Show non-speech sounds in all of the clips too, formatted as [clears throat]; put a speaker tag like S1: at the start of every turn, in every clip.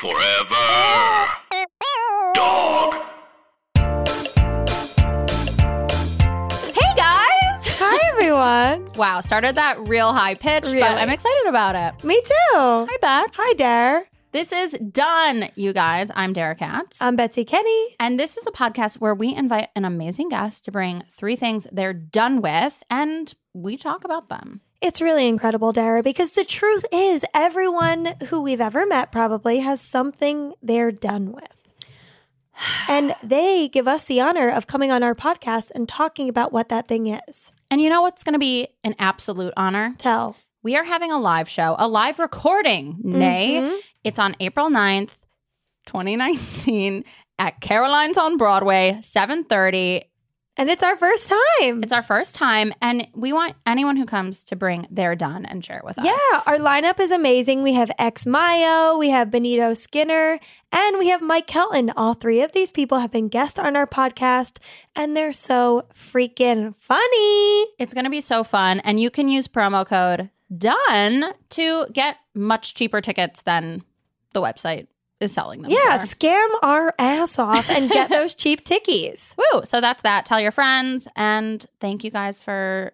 S1: Forever. Dog.
S2: Hey guys!
S3: [laughs] Hi, everyone.
S2: Wow, started that real high pitch,
S3: Really?
S2: but I'm excited about it.
S3: Me too.
S2: Hi,
S3: Hi,
S2: Bats.
S3: Dare.
S2: This is done, you guys. I'm Derek Katz.
S3: I'm Betsy Kenny.
S2: and this is a podcast where we invite an amazing guest to bring three things they're done with and we talk about them.
S3: It's really incredible, Dara, because the truth is, everyone who we've ever met probably has something they're done with.
S2: [sighs]
S3: And they give us the honor of coming on our podcast and talking about what that thing is.
S2: And you know what's going to be an absolute honor?
S3: Tell.
S2: We are having a live show, a live recording, nay.
S3: Mhm.
S2: It's on April 9th, 2019 at Caroline's on Broadway, 7:30.
S3: And it's our first time.
S2: It's our first time, and we want anyone who comes to bring their done and share it with us.
S3: yeah, our lineup is amazing. We have Ex Mayo, we have Benito Skinner, and we have Mike Kelton. All three of these people have been guests on our podcast, and they're so freaking funny.
S2: It's going to be so fun, and you can use promo code DONE to get much cheaper tickets than the website is selling them.
S3: Yeah,
S2: for.
S3: scam our ass off and get those cheap tickies.
S2: Woo! So that's that. Tell your friends, and thank you guys for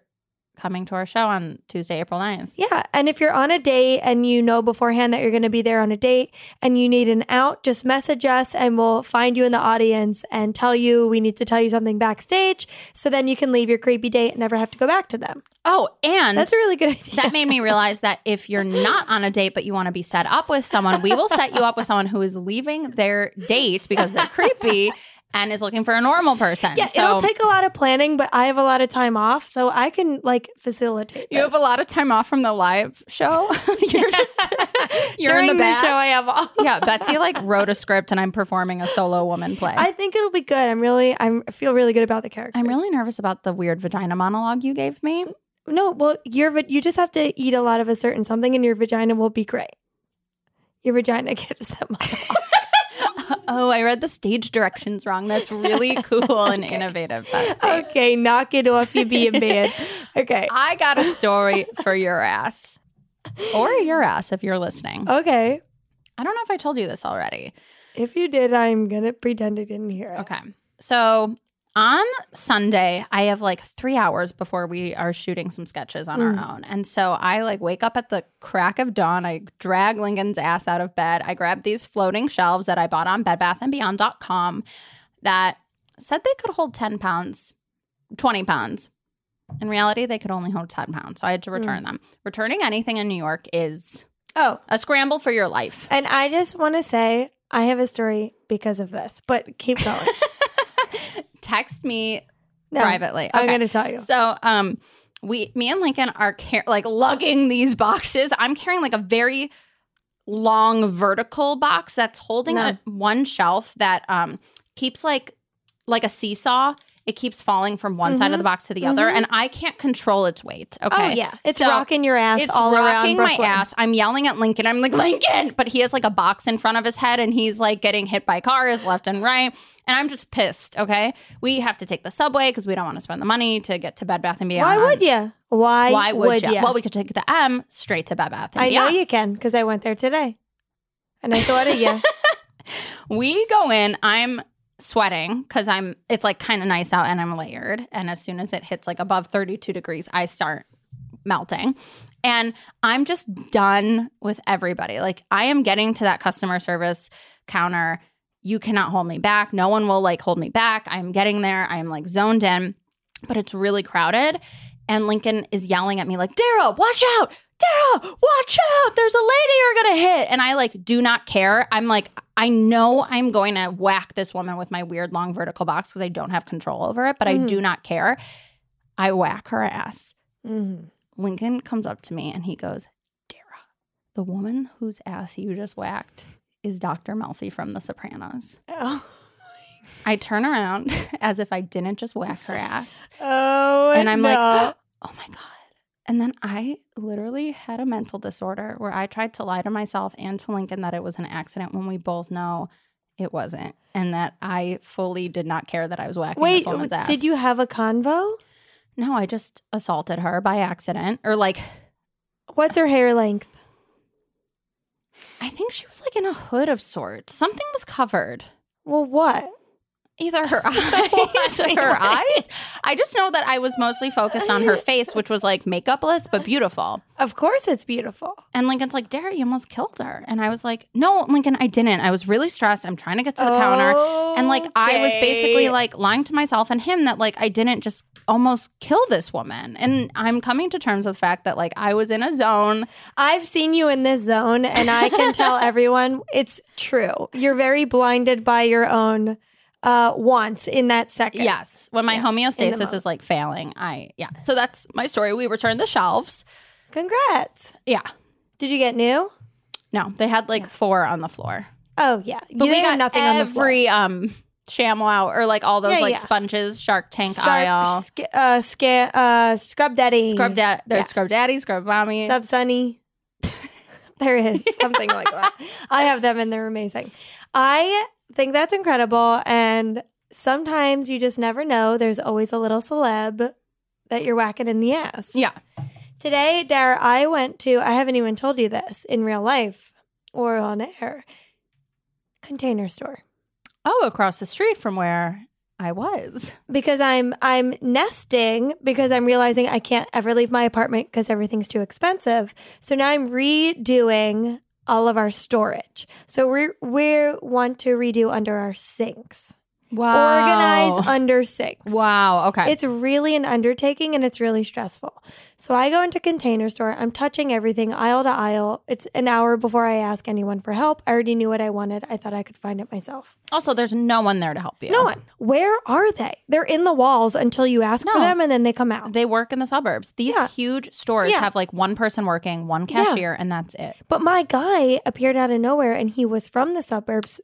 S2: coming to our show on Tuesday, April 9th.
S3: Yeah, and if you're on a date and you know beforehand that you're going to be there on a date and you need an out, just message us and we'll find you in the audience and tell you we need to tell you something backstage so then you can leave your creepy date and never have to go back to them.
S2: Oh, and
S3: That's a really good [laughs] idea.
S2: that made [laughs] me realize that if you're not on a date but you want to be set up with someone, we will set you up with someone who is leaving their date because they're [laughs] creepy and is looking for a normal person.
S3: yeah,
S2: So
S3: it'll take a lot of planning, but I have a lot of time off, so I can like facilitate.
S2: You have a
S3: this. [laughs]
S2: lot [laughs] of time off from the live show. [laughs] you're just you're
S3: during
S2: in the, back.
S3: show. I have all.
S2: [laughs] yeah, Betsy like wrote a script and I'm performing a solo woman play.
S3: [laughs] I
S2: I,
S3: think it'll be good. I'm really, I'm I feel really good about the character.
S2: am really nervous about the weird vagina monologue you gave me.
S3: No, well, your va- you just have to eat a lot of a certain something, and your vagina will be great. Your vagina [laughs] gives them.
S2: [laughs] Oh, I read the stage directions wrong. That's really cool [laughs] and innovative, Betsy.
S3: okay, knock it off, you be a
S2: [laughs]
S3: man. Okay,
S2: I got a story for your ass. Or your ass if you're listening.
S3: okay.
S2: I don't know if I told you this already.
S3: If you did, I'm gonna pretend I didn't hear it.
S2: Okay. So on Sunday, I have like three hours before we are shooting some sketches on our own. And so I like wake up at the crack of dawn. I drag Lincoln's ass out of bed. I grab these floating shelves that I bought on Bed Bath and bedbathandbeyond.com that said they could hold 10 pounds, 20 pounds. In reality, they could only hold 10 pounds. So I had to return them. Returning anything in New York is
S3: Oh,
S2: a scramble for
S3: [laughs]
S2: your life.
S3: and I just want to say I have a story because of this, but keep going.
S2: [laughs] Text me
S3: No,
S2: privately.
S3: I'm
S2: Okay.
S3: gonna tell you.
S2: So, um, we, me and Lincoln are car- like lugging these boxes. I'm carrying like a very long vertical box that's holding
S3: No.
S2: a, one shelf that um keeps like like a seesaw. It keeps falling from one side of the box to the other, and I can't control its weight. Okay,
S3: Mm-hmm. Oh yeah, it's
S2: So
S3: rocking your ass
S2: It's
S3: all
S2: rocking
S3: around
S2: my
S3: Brooklyn.
S2: ass. I'm yelling at Lincoln. I'm like Lincoln, but he has like a box in front of his head, and he's like getting hit by cars left and right. And I'm just pissed. Okay, we have to take the subway because we don't want to spend the money to get to Bed Bath and Beyond.
S3: Why would you? Why,
S2: Why would, you?
S3: ya?
S2: Well, we could take the M straight to Bed Bath. And
S3: I know
S2: Beyond.
S3: you can because I went there today, and I thought of
S2: [laughs]
S3: you.
S2: We go in. I'm sweating because I'm. It's like kind of nice out, and I'm layered. And as soon as it hits like above 32 degrees, I start melting. And I'm just done with everybody. Like I am getting to that customer service counter you cannot hold me back. No one will like hold me back. I'm getting there. I'm like zoned in, but it's really crowded. And Lincoln is yelling at me, like, Daryl, watch out. Daryl, watch out. There's a lady you're going to hit. And I like do not care. I'm like, I know I'm going to whack this woman with my weird long vertical box because I don't have control over it, but I
S3: Mhm.
S2: do not care. I whack her ass.
S3: Mhm.
S2: Lincoln comes up to me and he goes, Dara, the woman whose ass you just whacked is Dr. Melfi from The Sopranos.
S3: Oh.
S2: I turn around [laughs] as if I didn't just whack her ass.
S3: Oh,
S2: And I'm [gasps] like,
S3: no.
S2: Oh my God. And then I literally had a mental disorder where I tried to lie to myself and to Lincoln that it was an accident when we both know it wasn't and that I fully did not care that I was whacking
S3: wait,
S2: this woman's ass.
S3: did you have a convo?
S2: No, I just assaulted her by accident or like
S3: What's her hair length?
S2: I think she was like in a hood of sorts. Something was covered.
S3: Well, what?
S2: Either [laughs] her eyes, her eyes. I just know that I was mostly focused on her face, which was like makeupless but beautiful.
S3: Of course, it's beautiful.
S2: And Lincoln's like, "Dara, you almost killed her," and I was like, "No, Lincoln, I didn't. I was really stressed. I'm trying to get to the counter." And like I was basically
S3: Okay.
S2: like lying to myself and him that like I didn't just almost kill this woman. And I'm coming to terms with the fact that like I was in a zone.
S3: I've seen you in this zone, and I can
S2: [laughs]
S3: tell everyone it's true. You're very blinded by your own uh, wants in that second.
S2: Yes. When my
S3: Yeah. In the
S2: homeostasis
S3: moment.
S2: is like failing, I yeah. So that's my story. We returned the shelves.
S3: Congrats.
S2: Yeah.
S3: Did you get new?
S2: No, they had like four on the floor.
S3: Oh yeah,
S2: But
S3: You
S2: we
S3: didn't have
S2: got every
S3: floor.
S2: um ShamWow or like all those
S3: Yeah,
S2: like
S3: yeah.
S2: sponges, Shark Tank
S3: Sharp,
S2: aisle,
S3: sca- uh, sca- uh, scrub daddy,
S2: Scrub Dad. There's
S3: yeah.
S2: Scrub Daddy, Scrub Mommy.
S3: Sub Sunny. [laughs] there is something like
S2: [laughs]
S3: that. I have them and they're amazing. I think that's incredible. And sometimes you just never know. There's always a little celeb that you're whacking in the ass.
S2: yeah,
S3: Today, Dara, I went to, I haven't even told you this in real life or on air, container store.
S2: oh, across the street from where I was.
S3: Because I'm I'm nesting because I'm realizing I can't ever leave my apartment because everything's too expensive. So now I'm redoing all of our storage. So we we want to redo under our sinks. Organize under sinks.
S2: wow. Okay.
S3: It's really an undertaking and it's really stressful. So I go into container store, I'm touching everything aisle to aisle. It's an hour before I ask anyone for help. I already knew what I wanted. I thought I could find it myself.
S2: also there's no one there to help you.
S3: No one. Where are they? They're in the walls until you ask for
S2: No.
S3: them and then they come out.
S2: They work in the suburbs. These
S3: Yeah.
S2: huge stores
S3: Yeah.
S2: have like one person working, one
S3: Yeah.
S2: cashier, and that's it.
S3: but my guy appeared out of nowhere and he was from the suburbs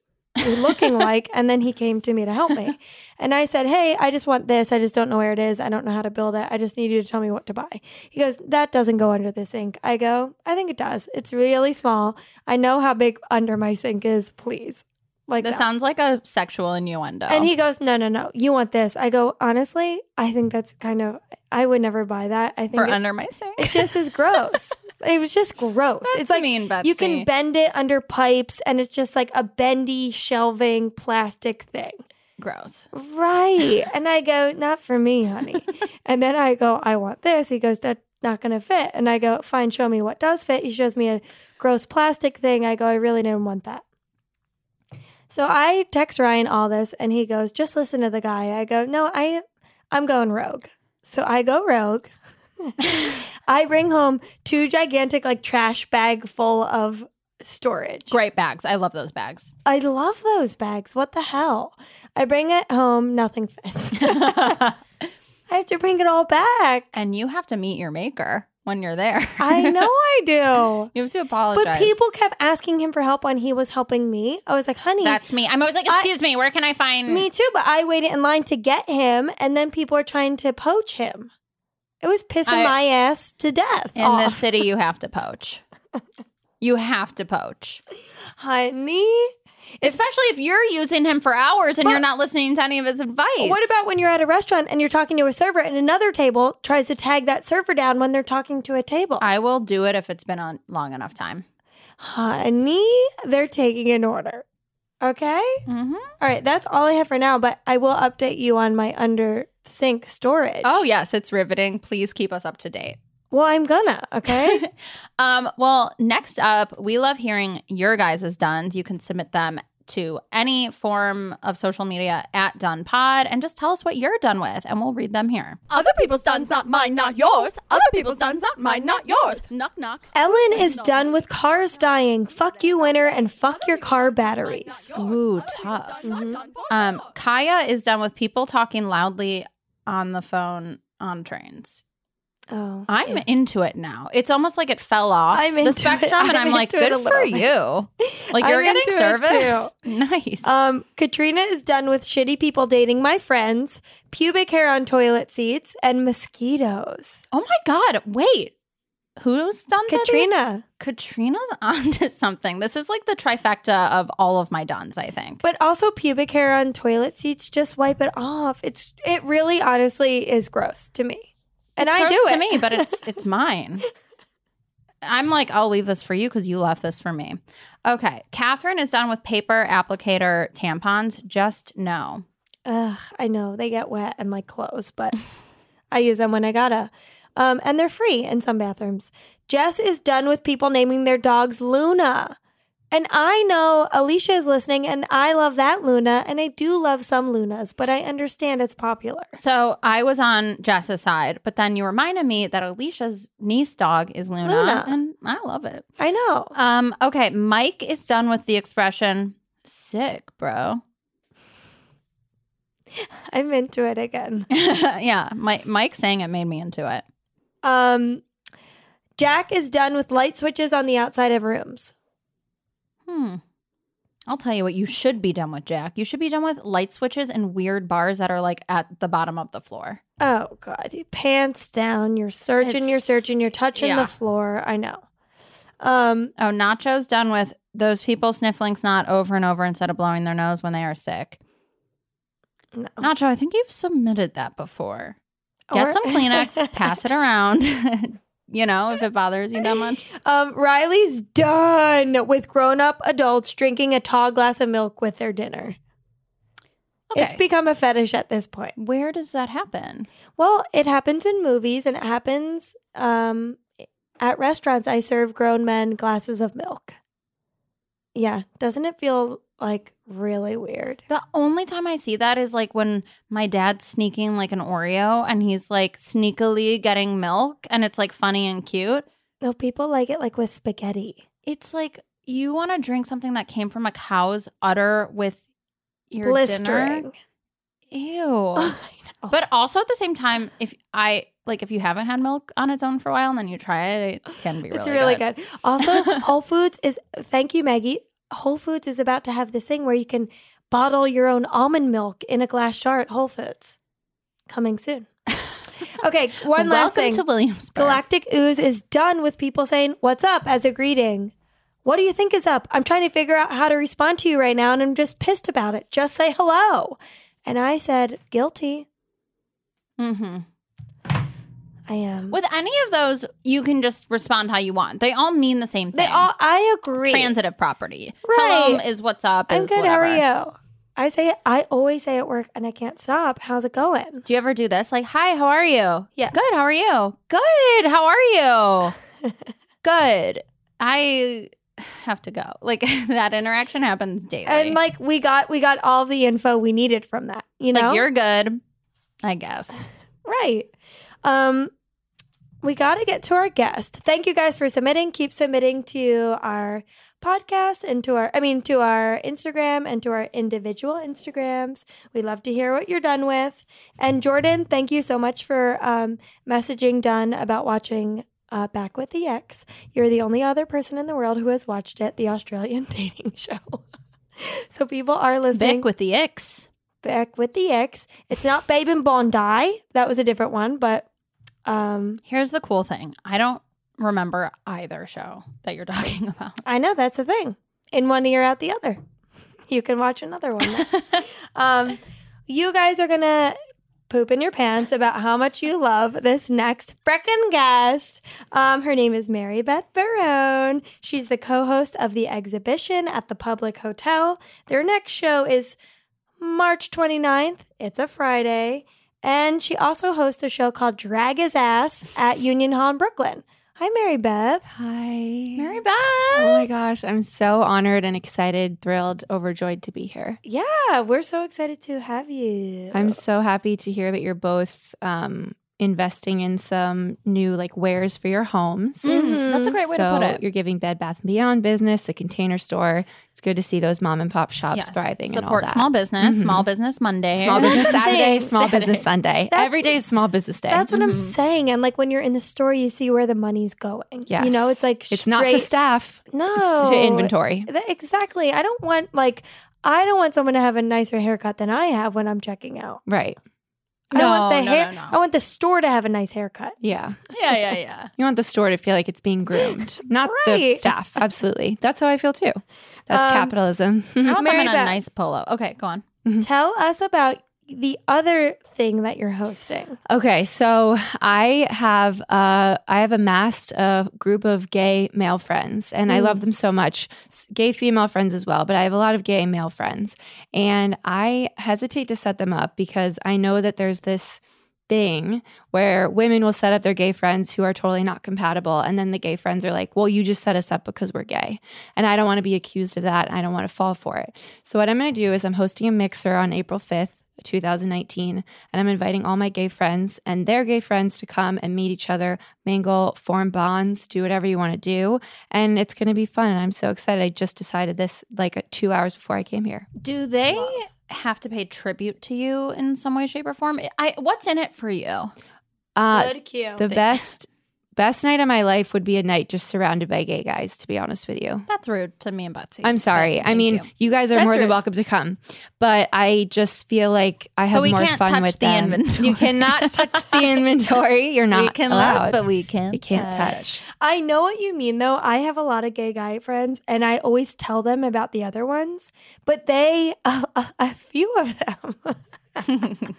S3: looking like and then he came to me to help me. And I said, "Hey, I just want this. I just don't know where it is. I don't know how to build it. I just need you to tell me what to buy." He goes, "That doesn't go under the sink." I go, "I think it does. It's really small. I know how big under my sink is. Please." Like
S2: This
S3: that.
S2: sounds like a sexual innuendo.
S3: And he goes, "No, no, no. You want this." I go, "Honestly, I think that's kind of I would never buy that. I think
S2: for
S3: it-
S2: under my sink.
S3: it just is gross. it was just gross. it's
S2: That's
S3: like
S2: mean,
S3: you
S2: Betsy.
S3: can bend it under pipes, and it's just like a bendy shelving plastic thing.
S2: Gross.
S3: Right. And I go, not for me, honey. and then I go, I want this. He goes, that's not going to fit. And I go, fine, show me what does fit. He shows me a gross plastic thing. I go, I really didn't want that. So I text Ryan all this and he goes, just listen to the guy. I go, no, I I'm going rogue. So I go rogue. I bring home two gigantic like trash bag full of storage.
S2: Great bags. I love
S3: [laughs]
S2: those bags. [laughs]
S3: I love those bags. What the hell? I bring it home, nothing fits. [laughs] I have to bring it all back.
S2: And you have to meet your maker when you're there. [laughs]
S3: I know I do.
S2: you have to
S3: But
S2: apologize.
S3: people kept asking him for help when he was helping me. I was like, honey,
S2: That's me. I'm always like,
S3: I-
S2: excuse me, where can I find
S3: me too. But I waited in line to get him, and then people are trying to poach him. It was pissing
S2: I-
S3: my ass to death.
S2: in
S3: off.
S2: this city? You have to poach. You have to poach,
S3: [laughs] honey,
S2: especially if you're using him for hours and you're not listening to any of his advice.
S3: What about when you're at a restaurant and you're talking to a server, and another table tries to tag that server down when they're talking to a table?
S2: I will do it if it's been on long enough time.
S3: Honey, they're taking an order. Okay.
S2: Mm-hmm.
S3: All right. That's all I have for now, but I will update you on my under sink storage.
S2: Oh yes, it's riveting. Please keep us up to date.
S3: Well, I'm gonna. Okay.
S2: [laughs] Um, well, next up, we love hearing your guys' duns. You can submit them to any form of social media at Done Pod and just tell us what you're done with, and we'll read them here.
S4: Other people's done's not mine, not yours. Other people's done's not mine, not yours.
S2: Knock, knock.
S3: Ellen is done with cars dying. Fuck you, winter, and fuck your car batteries.
S2: Ooh, tough. Um, Kaya is done with people talking loudly on the phone on trains.
S3: Oh,
S2: I'm into it now. It's almost like it fell off
S3: I'm
S2: the
S3: into it.
S2: spectrum, and
S3: I'm
S2: I'm like,
S3: into it
S2: good
S3: a
S2: for
S3: little bit.
S2: you. Like you're
S3: I'm
S2: getting
S3: into it
S2: service. [laughs] Nice.
S3: Um, Katrina is done with shitty people dating my friends, pubic hair on toilet seats, and mosquitoes.
S2: oh my god! Wait, who's done?
S3: Katrina.
S2: Katrina's [laughs] onto something. This is like the trifecta of all of my dons. I think.
S3: But also pubic hair on toilet seats, just wipe it off. It's it really honestly is gross to me. And
S2: it's
S3: I
S2: gross
S3: do it.
S2: to me, but it's it's mine. I'm like, I'll leave this for you because you left this for me. Okay, Catherine is done with paper applicator tampons. Just no.
S3: [laughs] Ugh, I know they get wet and like clothes, but [laughs] I use them when I gotta. Um, and they're free in some bathrooms. Jess is done with people naming their dogs Luna. And I know Alicia is listening, and I love that Luna, and I do love some Lunas, but I understand it's popular.
S2: So I was on Jess's side, but then you reminded me that Alicia's niece dog is Luna,
S3: Luna.
S2: and I love it.
S3: I know.
S2: Um, okay, Mike is done with the expression "sick, bro." [laughs]
S3: I'm into it again.
S2: yeah, Mike, Mike saying it made me into it.
S3: Um, Jack is done with light switches on the outside of rooms.
S2: Hmm. I'll tell you what you should be done with, Jack. You should be done with light switches and weird bars that are like at the bottom of the floor.
S3: Oh God! You pants down. You're searching. you're
S2: It's-
S3: searching. You're touching
S2: yeah.
S3: the floor. I know. Um.
S2: Oh, Nacho's done with those people sniffling snot over and over instead of blowing their nose when they are sick.
S3: No.
S2: Nacho, I think you've submitted that before. Get
S3: Or- [laughs]
S2: some Kleenex, pass it around. [laughs] you know, if it bothers you that much.
S3: Um. Riley's done with grown-up adults drinking a tall glass of milk with their dinner.
S2: Okay.
S3: It's become a fetish at this point.
S2: Where does that happen?
S3: Well, it happens in movies and it happens um at restaurants. I serve grown men glasses of milk. Yeah. Doesn't it feel like really weird?
S2: The only time I see that is like when my dad's sneaking like an Oreo and he's like sneakily getting milk and it's like funny and cute.
S3: No, people like it like with spaghetti.
S2: It's like you want to drink something that came from a cow's udder with your
S3: Blistering.
S2: dinner. Ew.
S3: [laughs] I know.
S2: but also at the same time, if I like if you haven't had milk on its own for a while and then you try it, it can be really
S3: it's really
S2: good.
S3: good.
S2: [laughs]
S3: Also, Whole Foods is thank you, Maggie. Whole Foods is about to have this thing where you can bottle your own almond milk in a glass jar at Whole Foods. Coming
S2: [laughs]
S3: soon. Okay, one last
S2: Welcome
S3: thing.
S2: to Williamsburg.
S3: Galactic Ooze is done with people saying, What's up as a greeting. What do you think is up? I'm trying to figure out how to respond to you right now and I'm just pissed about it. Just say hello. And I said, Guilty.
S2: hmm
S3: I am.
S2: With any of those, you can just respond how you want. They all mean the same
S3: they
S2: thing.
S3: all, I agree.
S2: transitive property.
S3: Right.
S2: Hello is what's up.
S3: I'm
S2: is
S3: good.
S2: Whatever.
S3: How are you? I say it. I always say at work, and I can't stop. How's it going?
S2: Do you ever do this? Like, hi, how are you?
S3: Yeah.
S2: Good. How are you? Good. How are you?
S3: [laughs]
S2: good. I have to go. Like [laughs] that interaction happens daily.
S3: And like we got we got all the info we needed from that. You know,
S2: Like, you're good. I guess.
S3: right. Um, we got to get to our guest. Thank you guys for submitting. Keep submitting to our podcast and to our I mean to our Instagram and to our individual Instagrams. We love to hear what you're done with. And Jordan, thank you so much for um, messaging Dunn about watching uh, Back with the Ex. You're the only other person in the world who has watched it, the Australian [laughs] dating show. so people are listening.
S2: Vic with the icks.
S3: Back with the Ex. It's not Babe and Bondi. That was a different one, but um,
S2: Here's the cool thing. I don't remember either show that you're [laughs] talking about.
S3: I know that's the thing. In one ear, out the other. You can watch another one. um, you guys are gonna poop in your pants about how much you love this next frickin' guest. Um, her name is Mary Beth Barone. She's the co-host of the exhibition at the Public Hotel. Their next show is March 29th. It's a Friday. And she also hosts a show called Drag His Ass at Union Hall in Brooklyn. Hi, Mary Beth.
S5: Hi.
S2: Mary Beth.
S5: Oh my gosh, I'm so honored and excited, thrilled, overjoyed to be here.
S3: Yeah, we're so excited to have you.
S5: I'm so happy to hear that you're both um, investing in some new like wares for your homes.
S2: Mm, that's a great way to put
S5: So
S2: it.
S5: You're giving Bed Bath and Beyond business, the Container Store. It's good to see those mom and pop shops thriving.
S2: Support
S5: and all that.
S2: small business,
S5: Mhm.
S2: Mm-hmm. small business Monday. [laughs]
S5: Small business Saturday,
S3: Thing.
S5: small business Sunday.
S3: That's-
S5: Every day is small business day.
S3: That's what I'm
S2: Mhm.
S3: saying. And like when you're in the store, you see where the money's going.
S5: Yes.
S3: You know, it's like
S5: it's not to
S3: straight-
S5: staff. It's
S3: No.
S5: to inventory.
S3: Th- exactly. I don't want like I don't want someone to have a nicer haircut than I have when I'm checking out.
S5: Right.
S3: I don't want
S2: No,
S3: the
S2: no,
S3: hair.
S2: no, no.
S3: I want the store to have a nice haircut.
S5: Yeah.
S2: [laughs] Yeah, yeah, [laughs] yeah.
S5: You want the store to feel like it's being groomed, not the
S3: Right.
S5: staff. Absolutely. That's how I feel too. That's
S3: Um,
S5: capitalism. [laughs]
S2: I want
S3: Mary
S2: them in a
S3: Beth.
S2: nice polo. Okay, go on.
S5: Mm-hmm.
S3: Tell us about the other thing that you're hosting.
S5: Okay, so I have uh, I have amassed a group of gay male friends, and I
S3: Mm.
S5: love them so much. S- Gay female friends as well, but I have a lot of gay male friends, and I hesitate to set them up because I know that there's this thing where women will set up their gay friends who are totally not compatible, and then the gay friends are like, "Well, you just set us up because we're gay," and I don't want to be accused of that. I don't want to fall for it. So what I'm going to do is I'm hosting a mixer on April 5th. 2019 and I'm inviting all my gay friends and their gay friends to come and meet each other, mingle, form bonds, do whatever you want to do, and it's going to be fun. And I'm so excited. I just decided this like 2 hours before I came here.
S2: Do they have to pay tribute to you in some way, shape, or form? I what's in it for you?
S5: Uh
S3: Good
S2: Oh,
S3: cue.
S2: [laughs]
S5: the best best night of my life would be a night just surrounded by gay guys, to be honest with you.
S2: That's rude to me and Betsy.
S5: I'm sorry.
S2: but
S5: I
S2: thank
S5: mean,
S2: you.
S5: you, guys are
S3: That's
S5: more than
S3: rude.
S5: welcome to come, but I just feel like I have
S2: we
S5: more
S2: can't
S5: fun
S2: touch
S5: with
S2: the
S5: them.
S2: inventory.
S5: You cannot touch the inventory.
S2: [laughs]
S5: You're not allowed.
S4: we can't.
S5: you can't touch.
S3: I know what you mean though. I have a lot of gay guy friends and I always tell them about the other ones, but they, [laughs] a, a few of them, [laughs]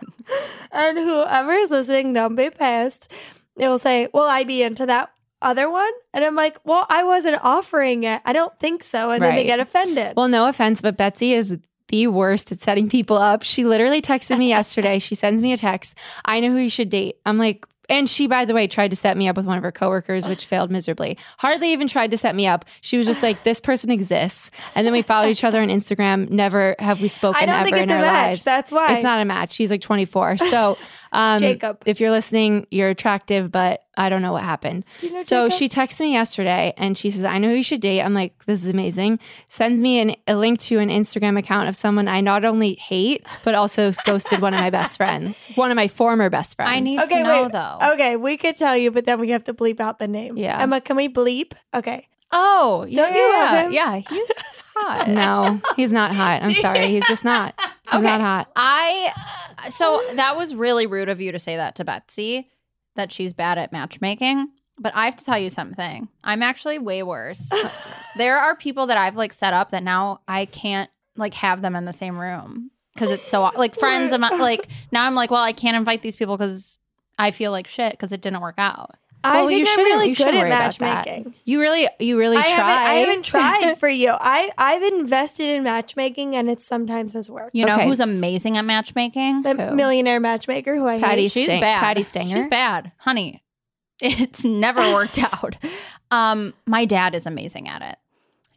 S3: and whoever is listening, don't be pissed. They will say, Will I be into that other one? And I'm like, Well, I wasn't offering it. I don't think so. And then they
S5: Right.
S3: get offended.
S5: Well, no offense, but Betsy is the worst at setting people up. She literally texted
S3: [laughs]
S5: me yesterday. She sends me a text. I know who you should date. I'm like, and she, by the way, tried to set me up with one of her coworkers,
S3: [sighs]
S5: which failed miserably. Hardly even tried to set me up. She was just like, "This person exists," and then we followed each other on Instagram. Never have we spoken
S3: I don't
S5: ever
S3: think it's
S5: in
S3: a
S5: our
S3: match.
S5: lives.
S3: That's why.
S5: it's not a match. She's like 24.
S3: [laughs]
S5: So, um,
S3: Jacob.
S5: if you're listening, you're attractive, but I don't know what happened.
S3: know
S5: so
S3: Jacob?
S5: she texted me yesterday and she says, I know who you should date. I'm like, this is amazing. Sends me an, a link to an Instagram account of someone I not only hate, but also [laughs] ghosted one of my best friends, one of my former best friends.
S2: I need to know though.
S3: Okay, we could tell you, but then we have to bleep out the name.
S5: Yeah.
S3: Emma, can we bleep? Okay.
S2: Oh, yeah,
S3: you love
S2: yeah,
S3: him?
S2: yeah, [laughs] he's hot.
S5: Uh, No, he's not hot. I'm
S3: [laughs]
S5: sorry. He's just not. He's
S2: Okay.
S5: not hot.
S2: I so that was really rude of you to say that to Betsy that she's bad at matchmaking. But I have to tell you something. I'm actually way worse. there are people that I've like set up that now I can't like have them in the same room because it's so like friends. I'm not- like now I'm like, well, I can't invite these people because I feel like shit because it didn't work out.
S3: I think I'm
S5: shouldn't-
S3: really
S5: shouldn't
S3: good at
S5: worry about that.
S3: matchmaking.
S5: You really, you really
S3: I
S5: try.
S3: haven't, I haven't tried
S5: [laughs]
S3: for you. I I've invested in matchmaking, and it sometimes has worked.
S2: You know
S5: Okay.
S2: who's amazing at matchmaking?
S3: The
S5: Who?
S3: millionaire matchmaker who I
S5: Patty
S3: hate.
S2: She's
S5: Sting-
S2: bad.
S5: Patty Stanger?
S2: She's bad, honey. It's never
S5: [laughs]
S2: worked out. Um, my dad is amazing at it.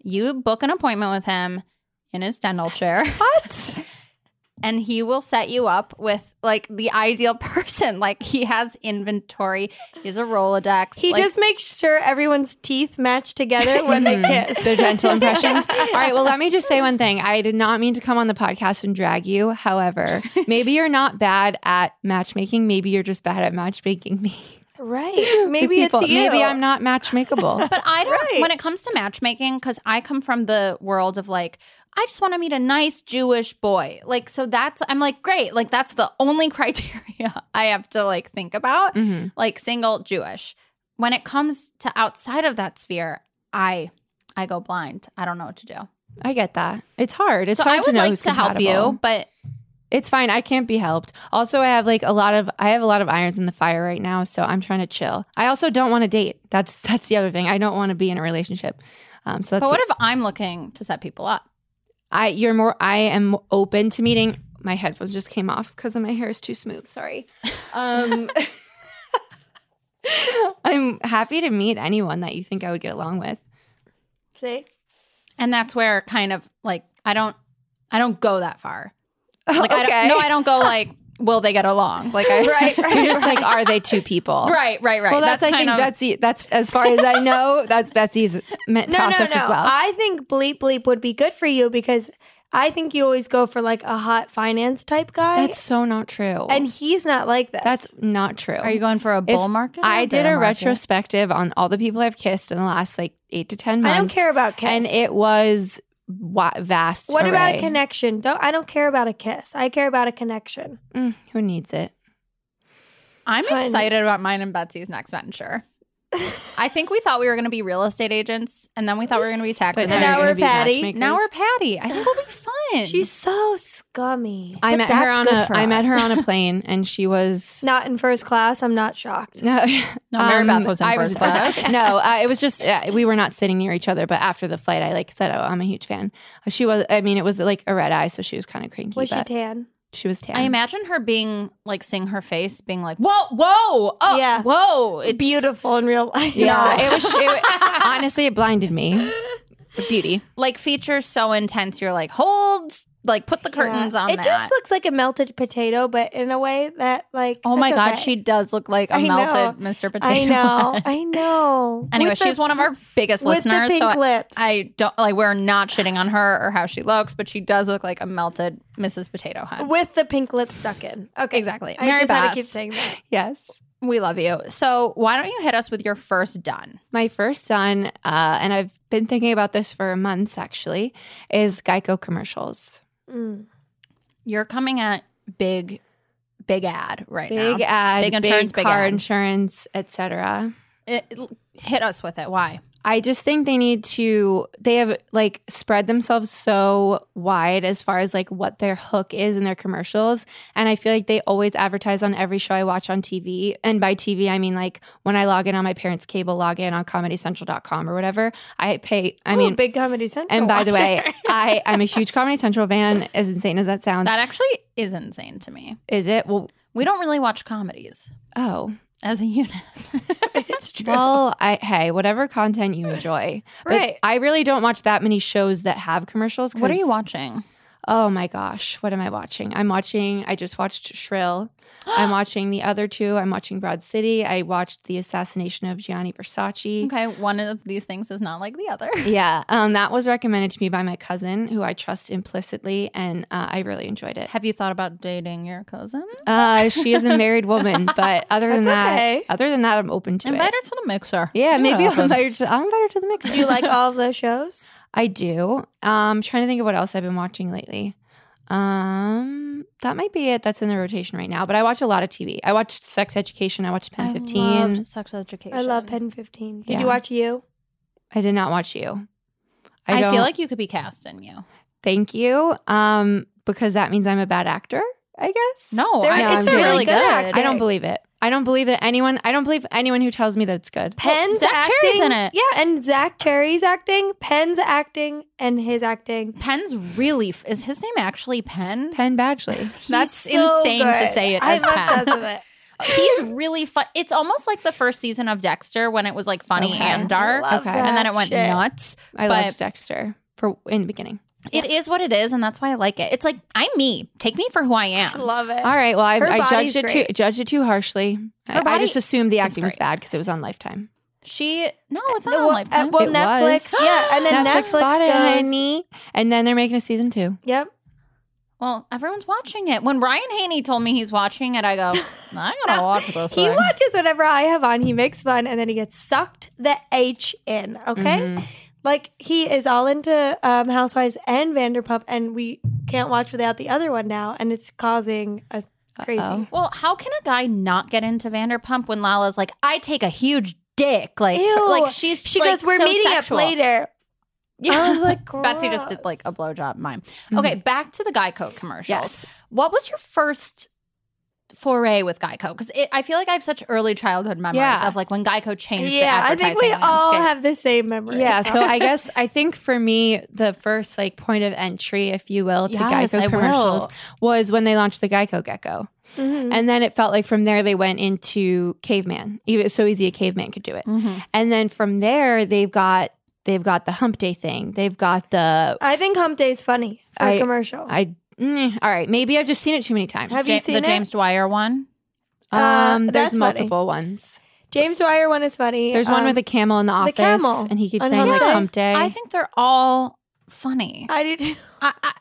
S2: You book an appointment with him in his dental chair,
S5: [laughs] What?
S2: [laughs] and he will set you up with like the ideal [laughs] person. Like he has inventory, he has a Rolodex.
S3: He
S2: like-
S3: just makes sure everyone's teeth match together when
S5: [laughs]
S3: they kiss.
S5: Mm.
S2: [laughs]
S5: So gentle impressions. All right. Well, let me just say one thing. I did not mean to come on the podcast and drag you. However, maybe you're not bad at matchmaking. Maybe you're just bad at
S2: [laughs]
S5: matchmaking me.
S3: right?
S5: with
S3: Maybe it's
S5: people.
S3: you.
S5: Maybe I'm not matchmakeable.
S2: But I don't.
S3: Right.
S2: When it comes to matchmaking, because I come from the world of like, I just want to meet a nice Jewish boy. Like, so that's I'm like, great. Like, that's the only [laughs] criteria I have to like think about.
S5: Mm-hmm.
S2: Like, single Jewish. When it comes to outside of that sphere, I I go blind. I don't know what to do.
S5: I get that. It's hard. It's
S2: so
S5: hard
S2: I
S5: to
S2: would
S5: know
S2: like
S5: who's
S2: to help
S5: compatible.
S2: you, but
S5: It's fine. I can't be helped. Also, I have like a lot of I have a lot of irons in the fire right now, so I'm trying to chill. I also don't want to date. That's that's the other thing. I don't want to be in a relationship. Um, so that's
S2: but what if I'm looking to set people up?
S5: I you're more I am open to meeting my headphones just came off because my hair is too smooth. Sorry. Um [laughs] I'm happy to meet anyone that you think I would get along with.
S3: See?
S2: And that's where kind of like I don't I don't go that
S5: [laughs]
S2: far. Like I
S5: Okay.
S2: don't no, I don't
S5: [laughs]
S2: go like will they get along? Like I right [laughs]
S5: You're just like, are they two people?
S2: right right right.
S5: Well, that's, I think
S2: kind of-
S5: that's e- that's as far as I know. [laughs] That's Betsy's
S3: No,
S5: me- process
S3: no, no.
S5: as well.
S3: I think bleep bleep would be good for you because I think you always go for like a hot finance type guy.
S5: that's so not true.
S3: and he's not like this.
S5: that's not true.
S2: Are you going for a bull
S5: If
S2: market? or
S5: I did
S2: bear
S5: a
S2: market?
S5: retrospective on all the people I've kissed in the last like eight to ten months.
S3: I don't care about kiss.
S5: And it was wa- vast.
S3: What about a
S5: array.
S3: connection? Don't I don't care about a kiss. I care about a connection.
S5: Mm, who needs it?
S2: I'm
S3: Hun.
S2: excited about mine and Betsy's next venture. I think we thought we were going to be real estate agents, and then we thought we were going to be tax
S5: But
S3: now
S2: attorneys.
S3: we're
S5: gonna be
S3: Patty.
S5: matchmakers?
S2: Now we're Patty. I think we'll
S5: [sighs]
S2: be fun.
S3: She's so scummy.
S5: I
S2: But
S5: met her
S2: that's
S5: on
S2: good
S5: a.
S2: for
S5: I met her
S2: us. [laughs]
S5: on a plane, and she was
S3: Not in first class. I'm not shocked.
S5: no. [laughs]
S2: No, Mary Beth was in
S5: um, I
S2: first class.
S5: [laughs] no, uh, it was just uh, we were not sitting near each other. But after the flight, I like said, "Oh, I'm a huge fan." Uh, She was. I mean, it was like a red eye, so she was kind of cranky.
S3: Was she
S5: but
S3: tan?
S5: she was tan.
S2: I imagine her being like seeing her face being like, whoa, whoa, oh,
S3: Yeah.
S2: whoa, it's
S3: Beautiful in real life.
S5: Yeah,
S3: [laughs]
S5: it was. [laughs] It, [laughs] honestly, it
S2: [laughs]
S5: blinded me. Beauty.
S2: like features so intense. You're like, hold, like put the curtains
S3: Yeah.
S2: on.
S3: It
S2: that.
S3: just looks like a melted potato, but in a way that like
S2: Oh my
S3: that's
S2: god,
S3: okay.
S2: she does look like a
S3: I know.
S2: melted Mr. Potato.
S3: I
S2: [laughs]
S3: know. I know.
S2: anyway,
S3: With the-
S2: she's one of our biggest
S3: with the
S2: listeners,
S3: pink
S2: so I-
S3: lips.
S2: I don't like we're not shitting on her or how she looks, but she does look like a melted Mrs. Potato Head.
S3: with the pink lips stuck in. Okay.
S2: Exactly.
S3: I
S2: Mary
S3: just had
S2: Beth.
S3: to keep saying
S2: [laughs]
S3: that.
S5: Yes.
S2: We love you. So why don't you hit us with your first done?
S5: My first son, uh, and I've been thinking about this for months actually, is Geico commercials.
S3: Mm.
S2: You're coming at big, big ad right now.
S5: Big ad,
S2: Big
S5: big
S2: insurance,
S5: insurance,
S2: big
S5: car
S2: ad.
S5: insurance, etc.
S2: It- it- hit us with it. Why?
S5: I just think they need to they have like spread themselves so wide as far as like what their hook is in their commercials and I feel like they always advertise on every show I watch on TV and by TV I mean like when I log in on my parents cable login on comedycentral.com or whatever I pay I
S3: Ooh,
S5: mean
S3: big comedy central.
S5: and by the way
S3: [laughs] watcher.
S5: I I'm a huge Comedy Central fan as insane as that sounds
S2: That actually is insane to me.
S5: Is it? Well,
S2: We don't really watch comedies
S5: oh,
S2: as a [laughs] unit. it's [laughs] true.
S5: well, I, hey, whatever content
S2: [laughs]
S5: you enjoy. But
S3: Right.
S5: I really don't watch that many shows that have commercials. 'cause-
S2: What are you watching?
S5: Oh my gosh, what am I watching? I'm watching. I just watched
S2: [gasps]
S5: Shrill. I'm watching the other two. I'm watching Broad City. I watched the assassination of Gianni Versace.
S2: Okay, one of these things is not like the other. [laughs]
S5: Yeah, um, that was recommended to me by my cousin, who I trust implicitly, and uh, I really enjoyed it.
S2: Have you thought about dating your cousin?
S5: Uh, she is a married woman,
S2: [laughs]
S5: but other than
S3: That's
S5: that,
S3: okay.
S5: other than that, I'm open to
S2: Invite
S5: it.
S2: her to the mixer.
S5: Yeah,
S2: See what
S5: maybe I'll
S2: happens.
S5: invite her. To, I'll invite her to the mix.
S2: [laughs]
S3: do you like all of those shows?
S5: I do. Um, trying to think of what else I've been watching lately. Um, that might be it. That's in the rotation right now. But I watch a lot of TV. I watched Sex Education. I watched Pen
S2: I
S5: Fifteen.
S2: loved sex education.
S3: I love Pen 15. Did
S5: Yeah.
S3: you watch you?
S5: I did not watch you.
S2: I,
S5: don't-
S2: feel like you could be cast in you.
S5: thank you. Um, because that means I'm a bad actor. I guess
S2: No,
S3: They're-
S2: I,
S5: No,
S2: it's
S5: I'm
S2: really,
S5: kidding.
S2: good.
S3: Good
S5: I don't believe it. I don't believe that anyone. I don't believe anyone who tells me that
S2: [laughs]
S5: it's good.
S3: Penn's
S2: Zach
S3: acting.
S2: Cherry's in it.
S3: Yeah, and Zach Cherry's acting, Penn's acting, and his acting.
S2: Penn's really f- is his name actually Penn?
S5: Penn Badgley.
S2: That's
S3: so
S2: insane to
S3: good.
S2: say it
S3: I'm
S2: as Penn.
S3: obsessed with it.
S2: [laughs] He's really fun. It's almost like the first season of Dexter when it was like funny
S5: Okay.
S2: and dark,
S3: Love
S5: Okay.
S2: and then
S3: that
S2: it went
S3: shit.
S2: nuts.
S5: I
S2: But-
S5: loved Dexter for in the beginning.
S2: It is what it is, and that's why I like it. It's like I'm me. Take me for who I am.
S3: Love it.
S5: All right. Well, I,
S3: Her
S5: I
S3: body's
S5: judged it too
S3: great.
S5: judged it too harshly. I, I
S2: body
S5: just assumed the acting was
S2: great.
S5: bad because it was on Lifetime.
S2: She no, it's not
S3: No,
S2: on
S3: well,
S2: Lifetime.
S3: uh, well,
S5: It
S3: Netflix.
S5: was.
S3: [gasps] Yeah, and then Netflix,
S5: bought it,
S3: goes.
S5: honey. And then they're making a season two.
S3: Yep.
S2: Well, everyone's watching it. When Ryan Haney told me he's watching it,
S3: [laughs]
S2: I go, I gotta watch this.
S3: He
S2: thing."
S3: watches whatever I have on. He makes fun, and then he gets sucked the H in. Okay,
S2: Mm-hmm.
S3: like he is all into um, Housewives and Vanderpump, and we can't watch without the other one now, and it's causing a crazy.
S2: Well, how can a guy not get into Vanderpump when Lala's like, I take a huge dick? Like,
S3: Ew.
S2: like she's
S3: she
S2: like,
S3: goes, "We're
S2: so
S3: meeting
S2: sexual."
S3: up
S2: [laughs]
S3: later."
S2: Yeah.
S3: [laughs] I was like,
S2: Betsy just did
S3: "Gross."
S2: like a blowjob mime.
S3: Mm-hmm.
S2: Okay, back to the Geico commercials.
S5: Yes.
S2: What was your first foray with Geico? Because I feel like I have such early childhood memories
S5: Yeah.
S2: of like when Geico changed
S3: Yeah,
S2: the
S3: I
S2: advertising
S3: think we all
S2: landscape.
S3: have the same memory.
S5: Yeah.
S3: [laughs]
S5: So I guess I think for me, the first like point of entry, if you will, to
S2: Yes,
S5: Geico
S2: I will.
S5: commercials was when they launched the Geico Gecko.
S3: Mhm.
S5: And then it felt like from there they went into caveman. It was so easy a caveman could do
S3: Mm.
S5: it.
S2: Mm-hmm.
S5: And then from there they've got they've got the hump day thing. They've got the
S3: I think Hump Day's funny for
S5: I-
S3: a commercial.
S5: I mm, all right. Maybe I've just seen it too many times.
S3: Have you
S2: Ja-
S3: seen
S2: the
S3: it?
S2: James Dwyer one?
S5: um,
S3: Uh,
S5: there's
S3: that's
S5: multiple ones.
S3: James Dwyer one is funny.
S5: There's one
S3: Um,
S5: with a camel in the office,
S3: camel
S5: and he keeps
S3: on
S5: saying
S3: hump
S5: like
S3: day. Uh,
S5: hump day.
S2: I think they're all funny.
S3: I did.
S2: I, I,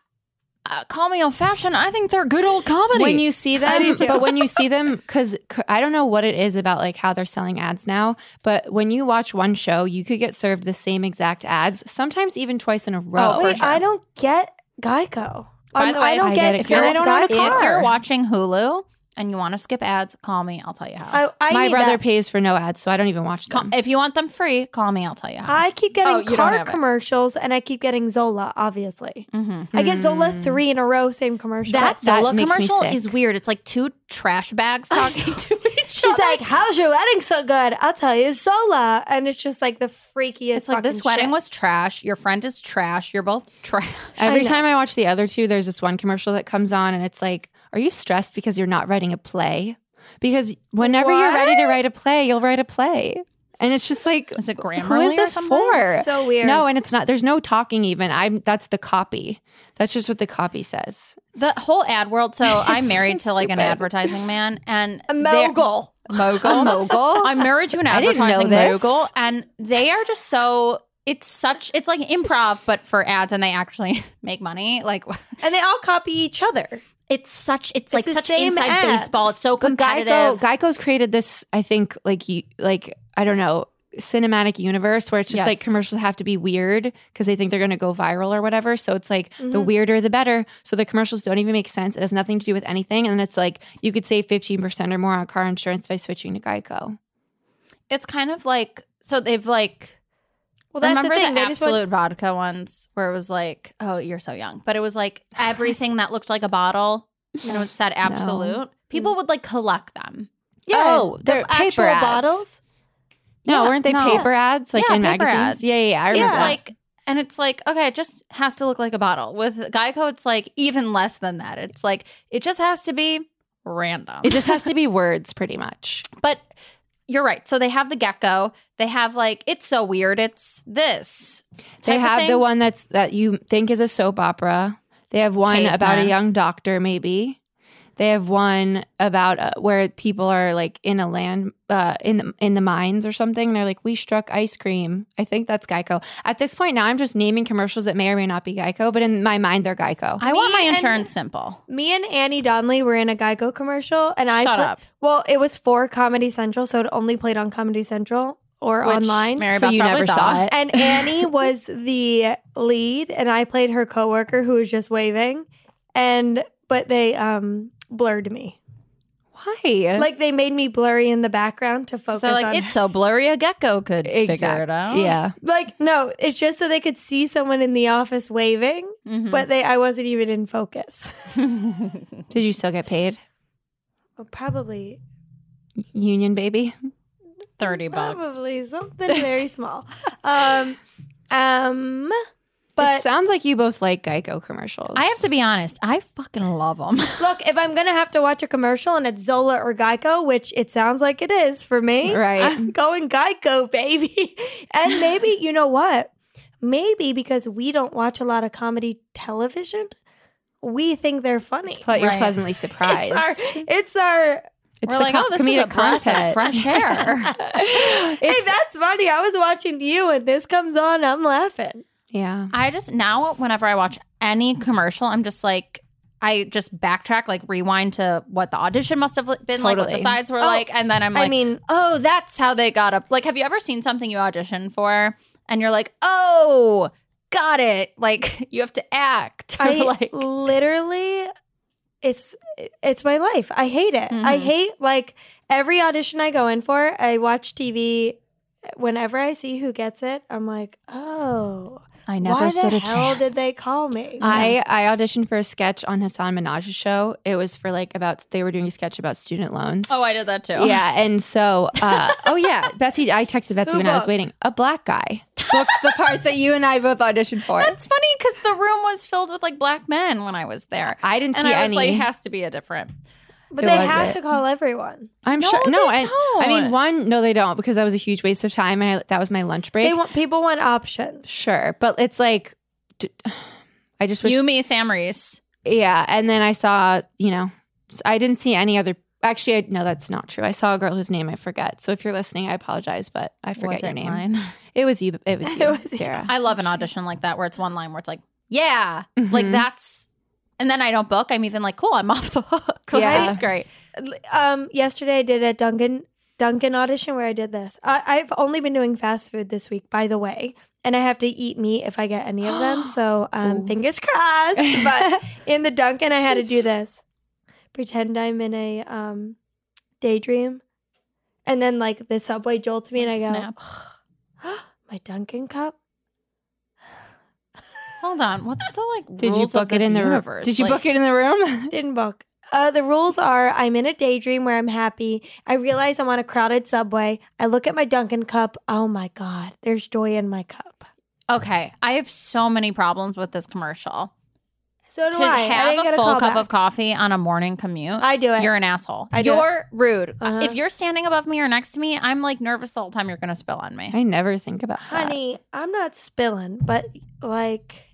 S2: uh, call me old fashioned. I think they're good old comedy.
S5: when you see them, but when you see them, because I don't know what it is about like how they're selling ads now, but when you watch one show, you could get served the same exact ads, sometimes even twice in a row.
S2: [laughs] Oh, for
S3: Wait,
S2: sure.
S3: I don't get Geico.
S2: By
S3: Um,
S2: the way,
S3: I don't
S5: I
S3: get.
S5: get it
S2: if you're,
S5: I
S3: I
S5: don't
S3: got
S5: own a
S2: if
S5: car.
S2: you're watching Hulu and you want to skip ads, call me. I'll tell you how.
S3: I, I
S5: My
S3: need
S5: brother
S3: that.
S5: pays for no ads, so I don't even watch
S2: Call-
S5: them.
S2: if you want them free, call me. I'll tell you how.
S3: I keep
S2: Oh,
S3: getting
S2: you don't
S3: car
S2: have it.
S3: commercials, and I keep getting Zola. Obviously,
S2: mm-hmm.
S3: I get Zola three in a row, same commercial.
S2: That,
S5: that
S2: Zola
S5: makes me
S2: commercial
S5: sick.
S2: is weird. It's like two trash bags talking to each
S3: She's
S2: other.
S3: like, "How's your wedding so good?" I'll tell you, Zola, and it's just like the freakiest.
S2: It's like this
S3: fucking
S2: wedding
S3: shit.
S2: was trash. Your friend is trash. You're both trash.
S5: Every
S3: I know.
S5: time I watch the other two, there's this one commercial that comes on, and it's like, "Are you stressed because you're not writing a play? Because whenever you're ready to write a play, you'll write a play." And it's just like,
S2: Is it
S5: who
S2: Grammarly
S5: is
S2: or
S5: this
S2: something?
S5: for?
S3: So weird.
S5: No, and it's not. There's no talking even. I'm. That's the copy. That's just what the copy says.
S2: [laughs] The whole ad world. [laughs] So I'm married
S5: so
S2: to like an
S5: stupid.
S2: advertising [laughs] man and
S3: a
S2: they're- [laughs]
S3: mogul.
S2: mogul.
S5: mogul?
S2: I'm married [laughs] to an
S5: I didn't know
S2: advertising
S5: this.
S2: mogul, and they are just so. It's such. It's like improv, but for ads, and they actually [laughs] make money. Like
S3: And they all copy each other.
S2: it's such. It's, like
S3: the
S2: such
S3: same
S2: inside
S3: ads.
S2: baseball. It's so
S5: But Geico,
S2: competitive.
S5: Geico's created this. I think like you like I don't know cinematic universe where it's just like
S2: Yes.
S5: commercials have to be weird because they think they're going to go viral or whatever. So it's like
S2: Mm-hmm.
S5: the weirder the better. So the commercials don't even make sense. It has nothing to do with anything, and it's like you could save fifteen percent or more on car insurance by switching to Geico.
S2: It's kind of like so they've like.
S3: Well, that's
S2: Remember
S3: the thing.
S2: the
S3: They just want-
S2: absolute vodka ones where it was like, oh, you're so young, but it was
S5: [sighs]
S2: like everything that looked like a bottle and it was said absolute. People would like collect them.
S3: yeah,
S5: Oh,
S3: the
S5: they're
S3: actual
S5: paper ads.
S3: bottles.
S5: No,
S2: Yeah,
S5: weren't they
S2: no.
S5: paper ads like
S2: Yeah,
S5: in
S2: paper
S5: magazines?
S2: ads.
S5: Yeah, yeah, yeah, I remember.
S2: It's
S5: that.
S2: like, and it's like, okay, it just has to look like a bottle. With Geico, it's like even less than that. It's like it just has to be random.
S5: it just has to be words, pretty much.
S2: but you're right. So they have the gecko. They have like it's so weird. It's this. type
S5: They
S2: of
S5: have the
S2: thing.
S5: one that's that you think is a soap opera. They have one about a
S2: Caveman.
S5: young doctor, maybe. They have one about uh, where people are like in a land uh, in the, in the mines or something. They're like, we struck ice cream. I think that's Geico. At this point now, I'm just naming commercials that may or may not be Geico, but in my mind, they're Geico.
S2: I want
S3: Me
S2: my
S3: and-
S2: insurance simple.
S3: Me and Annie Donnelly were in a Geico commercial, and I
S2: Shut
S3: put-
S2: up.
S3: Well, it was for Comedy Central, so it only played on Comedy Central or
S2: which
S3: online.
S2: Mary
S5: So
S2: Beth
S5: you
S2: probably
S5: never saw it.
S3: and Annie was the lead, and I played her coworker who was just waving, and but they um blurred me,
S5: Why? Like,
S3: like they made me blurry in the background to focus
S2: [laughs] So like
S3: on.
S2: it's so blurry a gecko could figure it
S5: Exact-
S2: out.
S5: yeah.
S3: like no, it's just so they could see someone in the office waving,
S2: Mhm.
S3: but they I wasn't even in focus. [laughs]
S5: Did you still get paid?
S3: Well, probably,
S5: Union baby.
S2: [laughs] thirty bucks.
S3: probably something very small. Um, um,
S5: But
S3: but
S5: it sounds like you both like Geico commercials.
S2: I have to be honest. I fucking love [laughs] them.
S3: Look, if I'm gonna have to watch a commercial and it's Zola or Geico, which it sounds like it is for me,
S5: Right.
S3: I'm going Geico, baby. [laughs] And maybe you know what? Maybe because we don't watch a lot of comedy television, we think they're funny.
S5: Ple- You're
S2: Right. [laughs]
S5: pleasantly surprised.
S3: It's our, it's our.
S5: It's
S2: We're
S5: the
S2: like,
S5: co-
S2: oh, this is a
S5: comedic
S2: breath of
S5: content.
S2: fresh [laughs] air.
S3: hey, that's funny. I was watching you, and this comes on. I'm laughing.
S5: Yeah.
S2: I just now, whenever I watch any commercial, I'm just like, I just backtrack, like rewind to what the audition must have been like, what the
S5: Totally.
S2: sides were like, and then I'm
S3: I
S2: like,
S3: mean-
S2: oh, that's how they got up. Like, have you ever seen something you audition for, and you're like, oh, got it? Like, [laughs] you have to act. [laughs] Or,
S5: [laughs]
S3: I
S2: like,
S3: literally, it's it's my life. I hate it. I
S5: Mm-hmm.
S3: hate like every audition I go in for. I watch TV. Whenever I see who gets it, I'm like, oh,
S2: I
S3: why the hell did they call me?
S5: I, I auditioned for a sketch on Hassan Minaj's show. It was for like about they were doing a sketch about student loans.
S2: Oh, I did that too. [laughs]
S5: Yeah, and so uh, oh yeah, Betsy. I texted Betsy
S3: Who
S5: when I was
S3: booked?
S5: waiting. A black guy booked the part that you and I both auditioned for.
S2: That's funny because the room was filled with like black men when I was there.
S5: I didn't
S2: and
S5: see
S2: I was
S5: any.
S2: like, has to be a different.
S3: But
S5: It
S3: they
S5: was
S3: have
S5: it.
S3: to call everyone.
S5: I'm
S2: No,
S5: sure. No,
S2: they
S5: I, I
S2: don't.
S5: mean, one, no, they don't because that was a huge waste of time, and I, that was my lunch break.
S3: They want people want options.
S5: sure, but it's like, d- [sighs] I just wish.
S2: you, me, Sam Reese.
S5: yeah, and then I saw, you know, s- I didn't see any other. Actually, I, no, that's not true. I saw a girl whose name I forget. So if you're listening, I apologize, but I forget
S2: Was
S5: your
S2: it
S5: name. [laughs]
S2: mine?
S5: It was you. It was you,
S3: was you.
S5: Sarah.
S2: I love an audition like that where it's one line where it's like, yeah, like
S5: Mhm.
S2: that's, and then I don't book. I'm even like, cool, I'm off the hook. [laughs] Like,
S5: Yeah.
S2: That's great.
S3: Um, yesterday I did a Duncan Duncan audition where I did this. I, I've only been doing fast food this week, by the way, and I have to eat meat if I get any of
S5: [gasps]
S3: them. So um,
S5: Oh.
S3: fingers
S5: [laughs]
S3: crossed. But in the Duncan, I had to do this: pretend I'm in a um, daydream, and then like the subway jolts me, and I go,
S2: Snap.
S3: [gasps] "My Duncan
S2: [laughs]
S3: cup."
S2: Hold on. What's the like
S5: Did you
S2: rules of
S5: book it
S2: this
S5: in the room?
S2: universe?
S5: Did you
S2: Like,
S5: book it in
S3: [laughs]
S5: the room?
S3: Didn't book. Uh, the rules are I'm in a daydream where I'm happy. I realize I'm on a crowded subway. I look at my Dunkin' cup. Oh my God, there's joy in my cup.
S2: Okay, I have so many problems with this commercial.
S3: So do
S2: to
S3: I. I
S2: have
S3: didn't
S2: a
S3: get
S2: full
S3: call
S2: cup of
S3: back.
S2: coffee on a morning commute,
S3: I do it.
S2: you're an asshole.
S3: I do
S2: you're rude. Uh,
S3: Uh-huh.
S2: If you're standing above me or next to me, I'm like nervous the whole time you're going to spill on me.
S5: I never think about that.
S3: Honey, I'm not spilling, but like,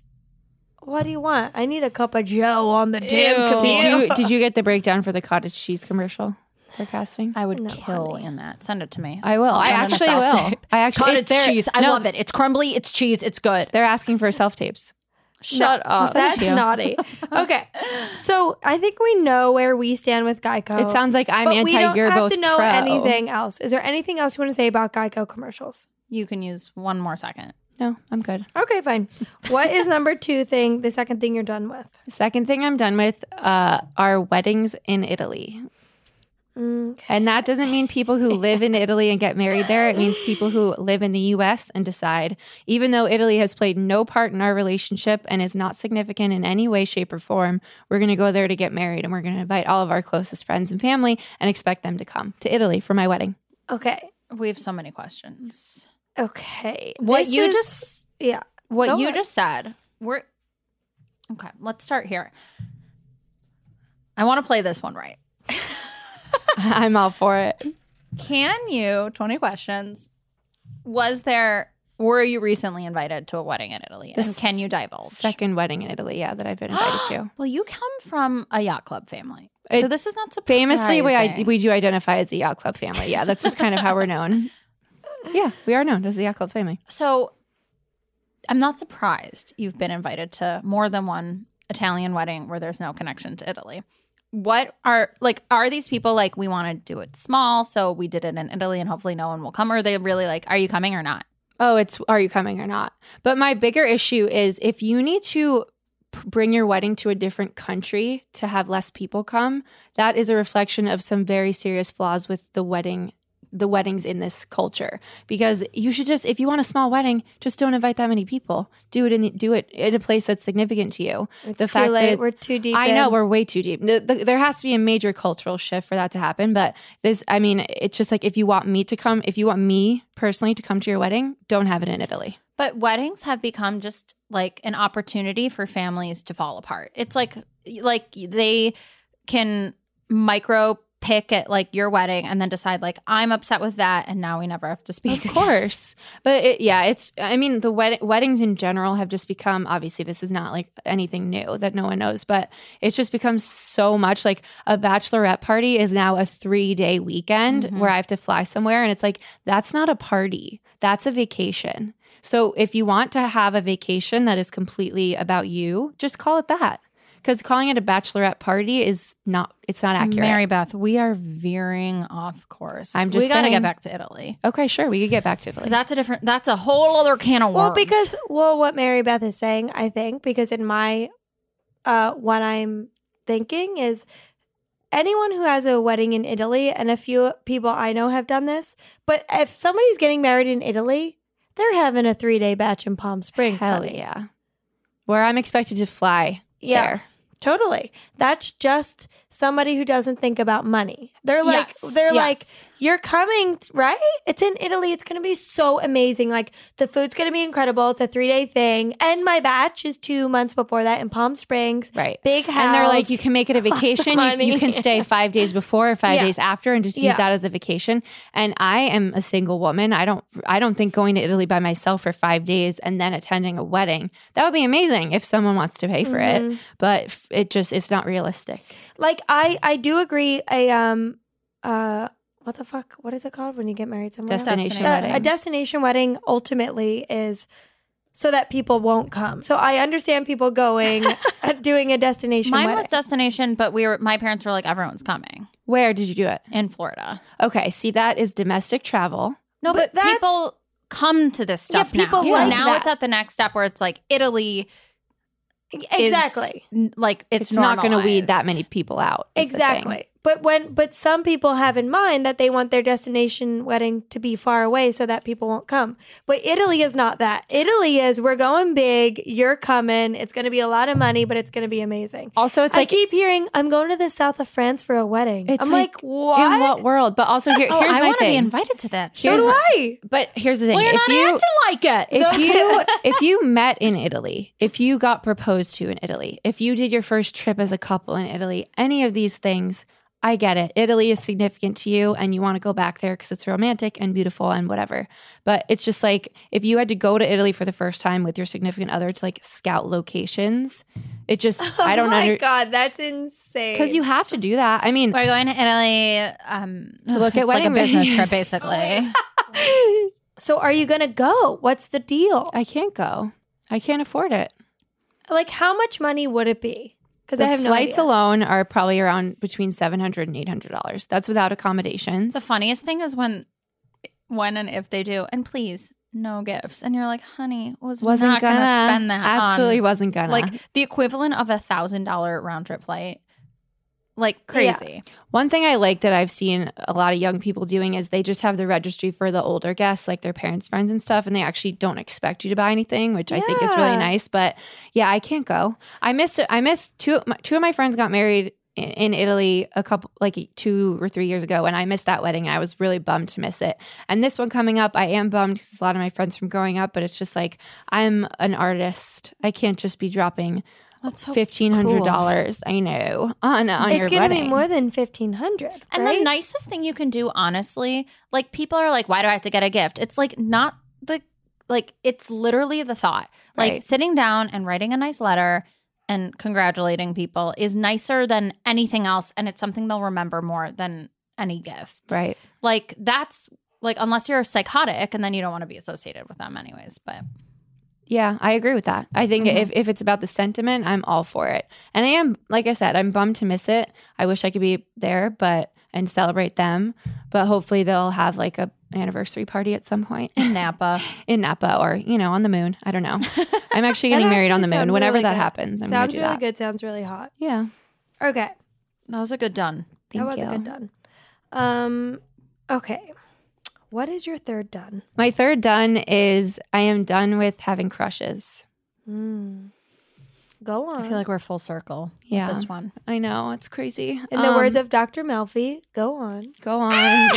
S3: what do you want? I need a cup of Joe on the
S2: Ew.
S3: damn
S5: Did
S3: computer.
S5: you did you get the breakdown for the cottage cheese commercial? They're casting.
S2: I would
S3: No,
S2: kill
S3: honey.
S2: in that. Send it to me.
S5: I will. I
S2: Send it
S5: actually
S2: myself
S5: will.
S2: to-
S5: I actually
S2: Cottage
S5: it- they're-
S2: cheese. I
S5: no,
S2: love it. It's crumbly. It's cheese. It's good.
S5: They're asking for self tapes.
S2: Shut up.
S3: That's naughty. Okay. So I think we know where we stand with Geico.
S5: It sounds like I'm
S3: but we
S5: anti.
S3: don't
S5: You're
S3: have
S5: both
S3: to know
S5: pro.
S3: anything else. Is there anything else you want to say about Geico commercials?
S2: You can use one more second.
S5: No, I'm good.
S3: Okay, fine. What is number two thing, the second thing you're done with?
S5: Second thing I'm done with uh, are weddings in Italy, and that doesn't mean people who live in Italy and get married there. It means people who live in the U.S. and decide, even though Italy has played no part in our relationship and is not significant in any way, shape, or form, we're going to go there to get married, and we're going to invite all of our closest friends and family and expect them to come to Italy for my wedding. [laughs]
S3: Okay.
S2: We have so many questions.
S3: Okay.
S2: What
S3: This
S2: you
S3: is-
S2: just
S3: Yeah.
S2: what
S3: Go
S2: you
S3: ahead.
S2: just said. We're Okay, let's start here. I want to play this one right.
S5: I'm all for it.
S2: Can you, 20 questions, was there, were you recently invited to a wedding in Italy?
S5: The
S2: and can you divulge?
S5: Second wedding in Italy, yeah, that I've been invited to.
S2: Well, you come from a yacht club family. so
S5: It-
S2: this is not surprising.
S5: Famously, we, I, we do identify as the yacht club family. Yeah, that's just kind of how
S3: [laughs]
S5: we're known. Yeah, we are known as the yacht club family.
S2: so I'm not surprised you've been invited to more than one Italian wedding where there's no connection to Italy. What are like are these people like we want to do it small so we did it in Italy and hopefully no one will come or are they really like are you coming or not?
S5: Oh, it's are you coming or not? But my bigger issue is if you need to p- bring your wedding to a different country to have less people come, that is a reflection of some very serious flaws with the wedding the weddings in this culture because you should just if you want a small wedding just don't invite that many people do it in the, do it in a place that's significant to you
S3: It's
S5: the
S3: too late. We're too deep
S5: I know
S3: in.
S5: we're way too deep. The- the- There has to be a major cultural shift for that to happen. But this, I mean, it's just like if you want me to come, if you want me personally to come to your wedding, don't have it in Italy.
S2: But weddings have become just like an opportunity for families to fall apart. It's like like they can micro pick at like your wedding and then decide like I'm upset with that and now we never have to
S5: Of
S2: speak. again.
S5: course, but it, yeah, it's. I mean, the wed- weddings in general have just become. Obviously, this is not like anything new that no one knows, but it's just become so much. Like a bachelorette party is now a three day weekend where I have to fly somewhere, and it's like that's not a party. That's a vacation. So if you want to have a vacation that is completely about you, just call it that. Because calling it a bachelorette party is not. It's not accurate.
S2: Mary Beth, we are veering off course.
S5: I'm just
S2: we got to get
S5: saying.
S2: back to Italy.
S5: okay, sure, we could get back to Italy.
S2: Cuz that's a different that's a whole other can of worms.
S3: Well, because, well, what Mary Beth is saying, I think, because in my, uh, what I'm thinking is anyone who has a wedding in Italy, and a few people I know have done this, but if somebody's getting married in Italy, they're having a three day batch in Palm Springs.
S5: Hell
S3: honey.
S5: yeah. Where I'm expected to fly
S3: Yeah.
S5: there.
S3: Totally. That's just somebody who doesn't think about money. They're like
S2: Yes,
S3: they're
S2: yes.
S3: like you're coming, t- right? It's in Italy. It's going to be so amazing. Like the food's going to be incredible. It's a 3-day thing. And my batch is 2 months before that in Palm Springs.
S5: Right.
S3: Big house.
S5: And they're like, you can make it a
S3: lots of
S5: vacation. You, you
S3: money. [laughs]
S5: can stay five days before or five
S3: Yeah.
S5: days after and just use
S3: Yeah.
S5: that as a vacation. And I am a single woman. I don't I don't think going to Italy by myself for five days and then attending a wedding, that would be amazing if someone wants to pay for
S3: Mm-hmm.
S5: it. But f- it just it's not realistic.
S3: like I I do agree a um uh what the fuck what is it called when you get married somewhere else?
S5: Destination
S3: Uh,
S5: wedding.
S3: a destination wedding ultimately is so that people won't come. So I understand people
S2: [laughs]
S3: going doing a destination
S2: Mine
S3: wedding.
S2: was destination, but we were my parents were like, everyone's coming
S5: Where did you do it?
S2: in Florida.
S5: Okay, see that is domestic travel.
S2: No,
S3: But
S2: but,
S3: that's-
S2: people come to this
S3: Yeah,
S2: stuff
S3: people
S2: now.
S3: like
S2: so now
S3: that.
S2: it's at the next step where it's like Italy. is,
S3: E, exactly.
S2: n- like it's,
S5: It's, not going to weed that
S2: normalized.
S5: many people out. is the thing.
S3: Exactly. But when but some people have in mind that they want their destination wedding to be far away so that people won't come. But Italy is not that. Italy is we're going big, you're coming, it's going to be a lot of money, but it's going to be amazing.
S5: Also, it's
S3: I
S5: like
S3: keep hearing I'm going to the south of France for a wedding.
S5: It's
S3: I'm like, what?
S5: in what world? But also here,
S2: Oh,
S5: here's
S2: I
S5: my
S2: want to
S5: thing.
S2: be invited to that.
S3: so
S5: Here's
S3: do
S5: my-
S3: I.
S5: but here's the thing:
S2: well, you're
S5: if
S2: not
S5: you
S2: acting like it.
S3: [laughs]
S5: if you if you met in Italy, if you got proposed to in Italy, if you did your first trip as a couple in Italy, any of these things, I get it. Italy is significant to you and you want to go back there cuz it's romantic and beautiful and whatever. But it's just like if you had to go to Italy for the first time with your significant other to like scout locations, it
S3: [laughs]
S5: just [laughs] I don't
S3: oh my
S5: know
S3: god, that's insane.
S5: cuz you have to do that. I mean,
S2: we're going to Italy um, to [laughs]
S5: look at
S2: it's like a
S5: wedding
S2: business
S5: rings.
S3: [laughs]
S2: trip, basically.
S3: so are you gonna go? What's the deal?
S5: I can't go. I can't afford it.
S3: Like, how much money would it be? Because
S5: The
S3: I have no
S5: flights
S3: idea.
S5: alone are probably around between 700 and 800 dollars. That's without accommodations.
S2: the funniest thing is when, when and if they do, and please no gifts, and you're like, honey, was
S5: wasn't
S2: not
S5: gonna,
S2: gonna, spend that. on-
S5: Absolutely wasn't gonna. Like
S2: like the equivalent of a thousand dollar round trip flight. Like crazy.
S5: one thing I like that I've seen a lot of young people doing is they just have the registry for the older guests, like their parents, friends, and stuff, and they actually don't expect you to buy anything, which I think is really
S3: Yeah.
S5: nice. But yeah, I can't go. I missed. I missed two. My, two of my friends got married in, in Italy a couple, like two or three years ago, and I missed that wedding, and I was really bummed to miss it. And this one coming up, I am bummed because it's a lot of my friends from growing up, but it's just like I'm an artist. I can't just be dropping
S2: That's so
S5: fifteen hundred dollars. I know on on
S3: Oh, It's
S5: your
S3: gonna
S5: wedding.
S3: be more than fifteen hundred.
S2: And the nicest thing you can do, honestly, like people are like, why do I have to get a gift? It's like not the, like, it's literally the thought. Like
S5: Right.
S2: sitting down and writing a nice letter and congratulating people is nicer than anything else. And it's something they'll remember more than any gift.
S5: right.
S2: Like, that's like, unless you're psychotic and then you don't want to be associated with them, anyways.
S5: [sighs]
S2: But
S5: Yeah, I agree with that. I
S3: Mm-hmm.
S5: think if, if it's about the sentiment, I'm all for it. And I am, like I said, I'm bummed to miss it. I wish I could be there, but and celebrate them. But hopefully they'll have like a anniversary party at some
S3: [laughs]
S5: point [laughs]
S2: Napa.
S5: in Napa or you know on the moon. I don't know. I'm actually getting
S3: That
S5: married on the
S3: actually
S5: moon.
S3: sounds
S5: Whenever
S3: really
S5: that
S3: good.
S5: happens, I'm
S3: sounds
S5: gonna do
S3: really
S5: that.
S3: good. Sounds really hot.
S5: Yeah,
S3: Okay,
S2: That was a good done.
S5: thank
S3: that was
S5: you.
S3: a good done. Um, okay, what is your third done?
S5: My third done is I am done with having crushes.
S3: Go on.
S2: I feel like we're full circle. with
S5: Yeah.
S2: This one.
S5: I know it's crazy.
S3: in the
S5: Um,
S3: words of Dr. Melfi, go on.
S5: Go on.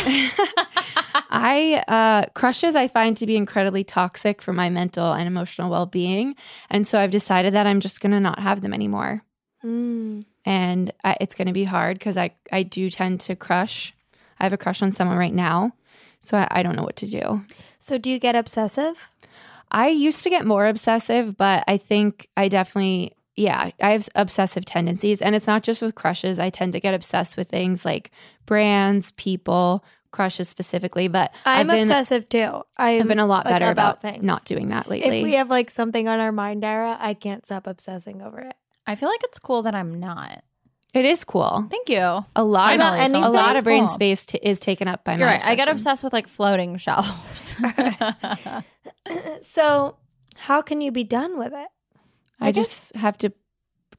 S5: I uh, crushes I find to be incredibly toxic for my mental and emotional well being, and so I've decided that I'm just gonna not have them anymore.
S3: Mm.
S5: And I, it's gonna be hard because I I do tend to crush. I have a crush on someone right now, so I, I don't know what to do.
S3: So, do you get obsessive?
S5: I used to get more obsessive, but I think I definitely, yeah, I have obsessive tendencies. And it's not just with crushes. I tend to get obsessed with things like brands, people, crushes specifically. But
S3: I'm
S5: I've been,
S3: obsessive too. I've
S5: I've been a lot
S3: like,
S5: better
S3: about
S5: about,
S3: things.
S5: not doing that lately.
S3: If we have like something on our mind, Dara, I can't stop obsessing over it.
S2: I feel like it's cool that I'm not.
S5: it is cool.
S2: Thank you.
S5: A lot,
S2: Finally,
S5: of, a
S2: something's
S5: lot of brain
S2: cool.
S5: space t- is taken up by my.
S2: You're right. I get
S5: obsessions.
S2: obsessed with like floating [laughs] shelves.
S3: So, how can you be done with it?
S5: I just have to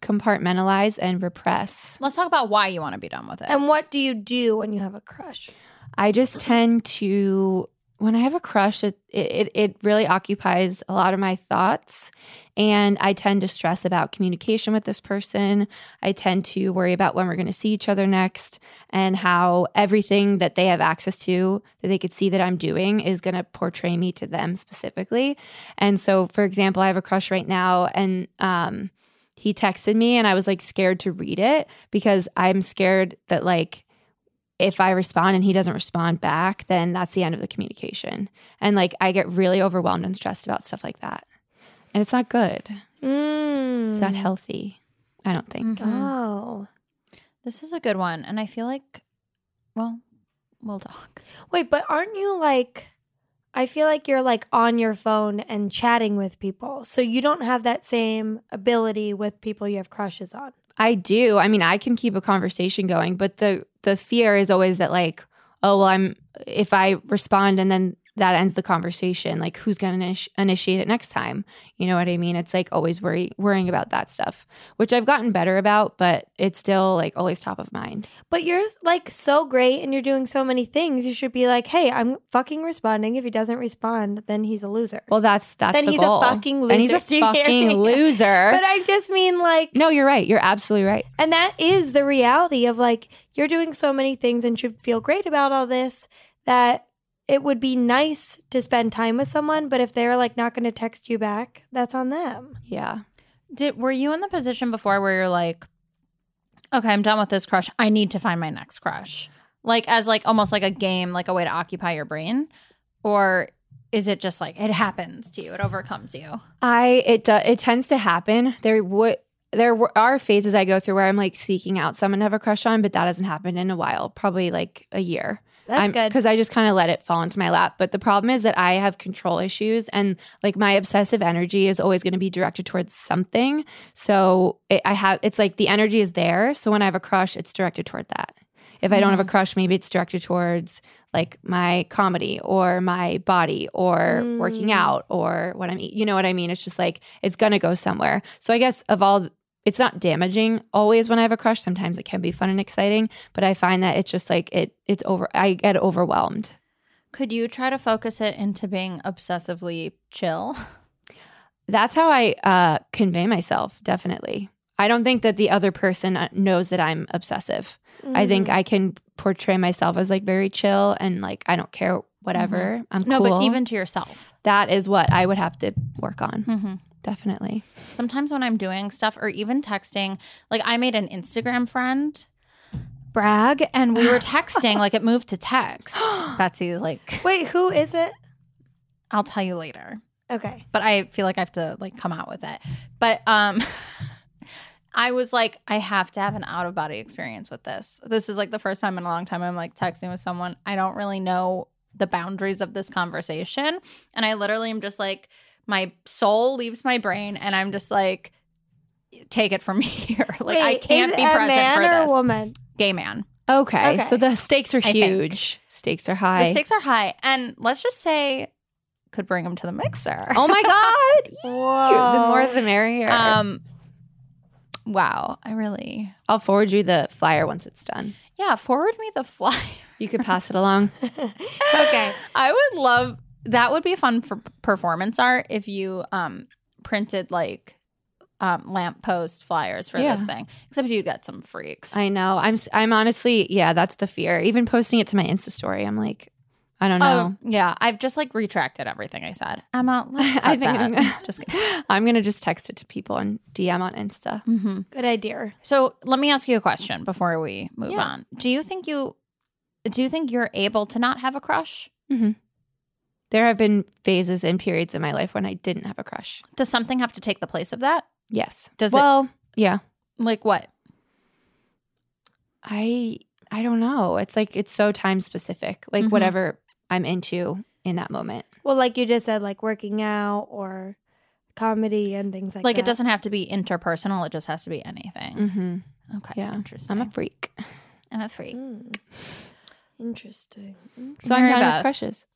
S5: compartmentalize and repress.
S2: Let's talk about why Oh you want to be done with it.
S3: And what do you do when you have a crush?
S5: I just tend to when I have a crush, it, it it really occupies a lot of my thoughts, and I tend to stress about communication with this person. I tend to worry about when we're going to see each other next, and how everything that they have access to that they could see that I'm doing is going to portray me to them specifically. And so, for example, I have a crush right now, and um, he texted me, and I was like scared to read it because I'm scared that like if I respond and he doesn't respond back, then that's the end of the communication. And like I get really overwhelmed and stressed about stuff like that. And it's not good.
S3: Mm.
S5: It's not healthy. I don't think.
S3: Oh.
S2: Mm-hmm. This is a good one. And I feel like, well, we'll talk.
S3: Wait, but aren't you like I feel like you're like on your phone and chatting with people. So you don't have that same ability with people you have crushes on.
S5: I do. I mean, I can keep a conversation going, but the the fear is always that like, oh well, I'm if I respond and then that ends the conversation. Like, who's going to initi- initiate it next time? You know what I mean? It's like always worry worrying about that stuff, which I've gotten better about, but it's still like always top of mind.
S3: But you're like so great and you're doing so many things. You should be like, "Hey, I'm fucking responding. If he doesn't respond, then he's a loser."
S5: Well, that's that's
S3: Then
S5: the
S3: he's a
S5: goal.
S3: fucking
S5: And he's a
S3: loser. [laughs] Do you hear me?
S5: fucking loser.
S3: but I just mean like
S5: no, you're right. You're absolutely right.
S3: And that is the reality of like, you're doing so many things and should feel great about all this that it would be nice to spend time with someone. But if they're like not going to text you back, that's on them.
S5: Yeah.
S2: Did Were you in the position before where you're like, okay, I'm done with this crush. I need to find my next crush? Like, as like almost like a game, like a way to occupy your brain? Or is it just like it happens to you? It overcomes you?
S5: I it do, it tends to happen. There would there were, are phases I go through where I'm like seeking out someone to have a crush on, but that hasn't happened in a while, probably like a year.
S3: That's
S5: I'm,
S3: good.
S5: because I just kind of let it fall into my lap. But the problem is that I have control issues, and like my obsessive energy is always going to be directed towards something. So it, I have it's like the energy is there. So when I have a crush, it's directed toward that. If I don't have a crush, maybe it's directed towards like my comedy or my body or working out or what I'm eat- You know what I mean? It's just like it's going to go somewhere. So I guess of all, it's not damaging always when I have a crush. Sometimes it can be fun and exciting, but I find that it's just like it. It's over. I get overwhelmed.
S2: Could you try to focus it into being obsessively chill? [laughs]
S5: That's how I uh, convey myself. Definitely, I don't think that the other person uh, knows that I'm obsessive. I think
S2: Mm-hmm.
S5: I can portray myself as like very chill and like I don't care whatever. I'm
S2: Mm-hmm. No, but
S5: cool.
S2: even to yourself.
S5: that is what I would have to work on.
S2: Mm-hmm.
S5: Definitely.
S2: sometimes when I'm doing stuff or even texting, like I made an Instagram friend brag and we were texting, like it moved to text. Betsy's like,
S3: Wait, who is it?
S2: I'll tell you later.
S3: Okay.
S2: But I feel like I have to like come out with it. But um [laughs] I was like, I have to have an out of body experience with this. This is like the first time in a long time I'm like texting with someone. I don't really know the boundaries of this conversation. And I literally am just like, my soul leaves my brain and I'm just like, take it from [laughs] here. like, I
S3: Wait,
S2: can't
S3: is
S2: be
S3: it a
S2: present
S3: man
S2: for
S3: or a
S2: this.
S3: woman.
S2: Gay man.
S5: Okay, so
S3: Okay.
S5: the stakes are
S2: I think.
S5: huge. Stakes are high.
S2: The stakes are high. And let's just say, could bring him to the mixer. [laughs]
S5: oh my god!
S3: Whoa.
S5: The more the merrier.
S2: Oh. Um, wow. I really.
S5: I'll forward you the flyer once it's done.
S2: Yeah, forward me the flyer.
S5: You could pass it along.
S3: Okay.
S2: [laughs] I would love that would be fun for p- performance art if you um printed like um lamppost flyers for this
S5: Yeah.
S2: thing. Except you'd get some freaks.
S5: I know. I'm. s- I'm honestly. Yeah, that's the fear. Even posting it to my Insta story, I'm like, I don't know.
S2: Oh yeah, I've just like retracted everything I said.
S5: [laughs]
S2: Emma, let's cut
S5: I think
S2: that.
S5: I'm gonna- [laughs]
S2: just kidding.
S5: I'm gonna just text it to people and DM on Insta.
S2: Mhm.
S3: Good idea.
S2: So let me ask you a question before we move
S3: Yeah.
S2: on. Do you think you do you think you're able to not have a crush?
S5: There have been phases and periods in my life when I didn't have a crush.
S2: Does something have to take the place of that?
S5: Yes.
S2: Does it-
S5: well? Yeah.
S2: Like what?
S5: I. I don't know. It's like it's so time specific. Like
S2: Mhm.
S5: whatever I'm into in that moment.
S3: Well, like you just said, like working out or comedy and things like,
S2: Like, it
S3: that.
S2: doesn't have to be interpersonal, it just has to be anything.
S5: Mm-hmm.
S2: Okay.
S5: Yeah.
S2: Interesting.
S5: I'm a freak.
S2: I'm a freak.
S3: Mm. Interesting.
S5: [laughs] So I'm
S2: Mary
S5: done
S2: Beth.
S5: with crushes.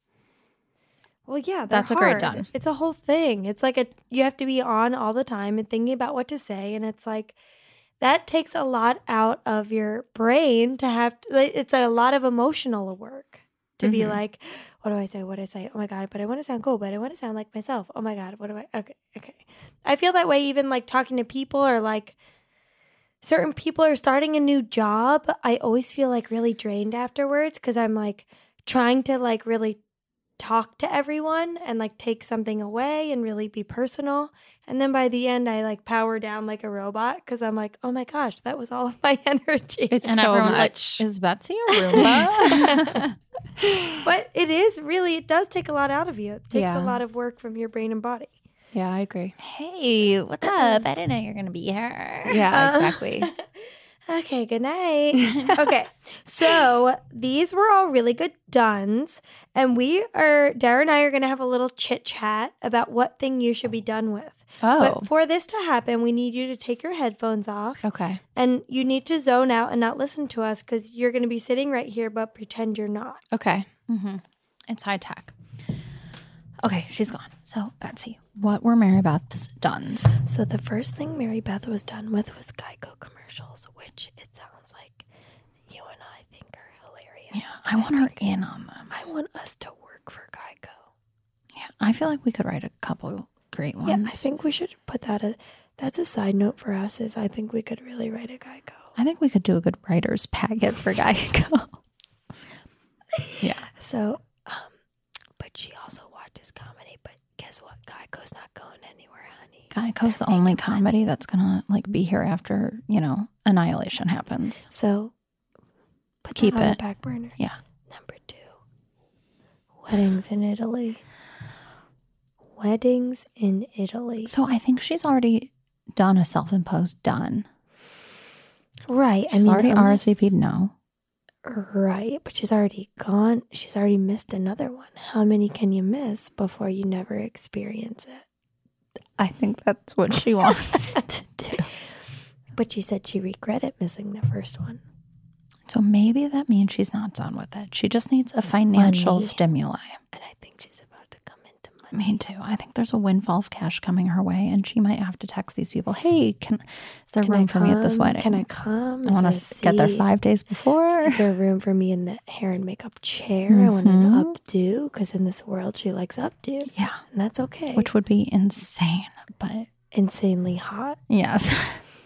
S3: Well, yeah, they're
S2: That's a
S3: hard.
S2: great done.
S3: It's a whole thing. It's like a you have to be on all the time and thinking about what to say, and it's like that takes a lot out of your brain to have. To, like, it's a lot of emotional work to to be
S2: Mm-hmm.
S5: Mhm.
S3: like, what do I say? What do I say? Oh my God, but I want to sound cool, but I want to sound like myself. Oh my God, what do I? Okay, okay. I feel that way even like talking to people or like certain people are starting a new job. I always feel like really drained afterwards because I'm like trying to like really talk to everyone and like take something away and really be personal. And then by the end, I like power down like a robot because I'm like, oh my gosh, that was all of my [laughs] energy.
S5: It's
S2: And
S5: so
S2: everyone's
S5: much.
S2: like, is Betsy a
S5: [laughs]
S2: Roomba?
S3: but it is really, it does take a lot out of you. It takes
S5: Yeah.
S3: a lot of work from your brain and body.
S5: yeah, I [laughs] agree.
S2: hey, what's up? I didn't know you're going to be here.
S5: Yeah,
S3: Uh,
S5: exactly.
S3: Okay, good
S2: [laughs]
S3: night. okay, so these were all really good duns, and we are Dara and I are going to have a little chit chat about what thing you should be done with.
S5: Oh,
S3: But for this to happen, we need you to take your headphones off,
S5: okay.
S3: and you need to zone out and not listen to us because you're going to be sitting right here, but pretend you're not.
S5: [laughs] Okay.
S2: Mm-hmm. It's high tech. Okay, she's gone. So, Betsy, what were Mary Beth's duns?
S3: So the first thing Mary Beth was done with was Geico commercials, which it sounds like you and I think are hilarious.
S2: I want her in on them.
S3: I want us to work for Geico.
S2: Yeah, I feel like we could write a couple great ones.
S3: Yeah, I think we should put that. A, that's a side note for us. Is I think we could really write a Geico.
S2: I think we could do a good writer's packet for Geico. yeah.
S3: So, um, but she also watches comedy. But guess what? Geico's not going anywhere, honey.
S2: [laughs] Geico's the only comedy that's gonna like be here after, you know, annihilation happens.
S3: So, put
S2: Keep
S3: that on
S2: it.
S3: the back burner.
S2: Yeah.
S3: Number two, weddings in Italy. Weddings in Italy.
S2: So I think she's already done a self imposed done.
S3: right.
S2: She's already
S3: unless-
S2: RSVP'd no.
S3: Right, but she's already gone. She's already missed another one. How many can you miss before you never experience it?
S2: I think that's what she wants to do.
S3: [laughs] But she said she regretted missing the first one.
S2: So maybe that means she's not done with it. She just needs a financial
S3: Money.
S2: stimuli.
S3: And I think she's about to come into money.
S2: Me too. I think there's a windfall of cash coming her way, and she might have to text these people. Hey, can is there
S3: Can I
S2: room for me at this
S3: come?
S2: wedding?
S3: Can I come?
S2: I want
S3: Is
S2: to get there
S3: seat?
S2: five days before. [laughs]
S3: Is there room for me in the hair and makeup chair? I want an
S2: Mhm.
S3: updo because in this world she likes updos.
S2: Yeah.
S3: And that's okay.
S2: Which would be insane, but
S3: Insanely hot.
S2: yes.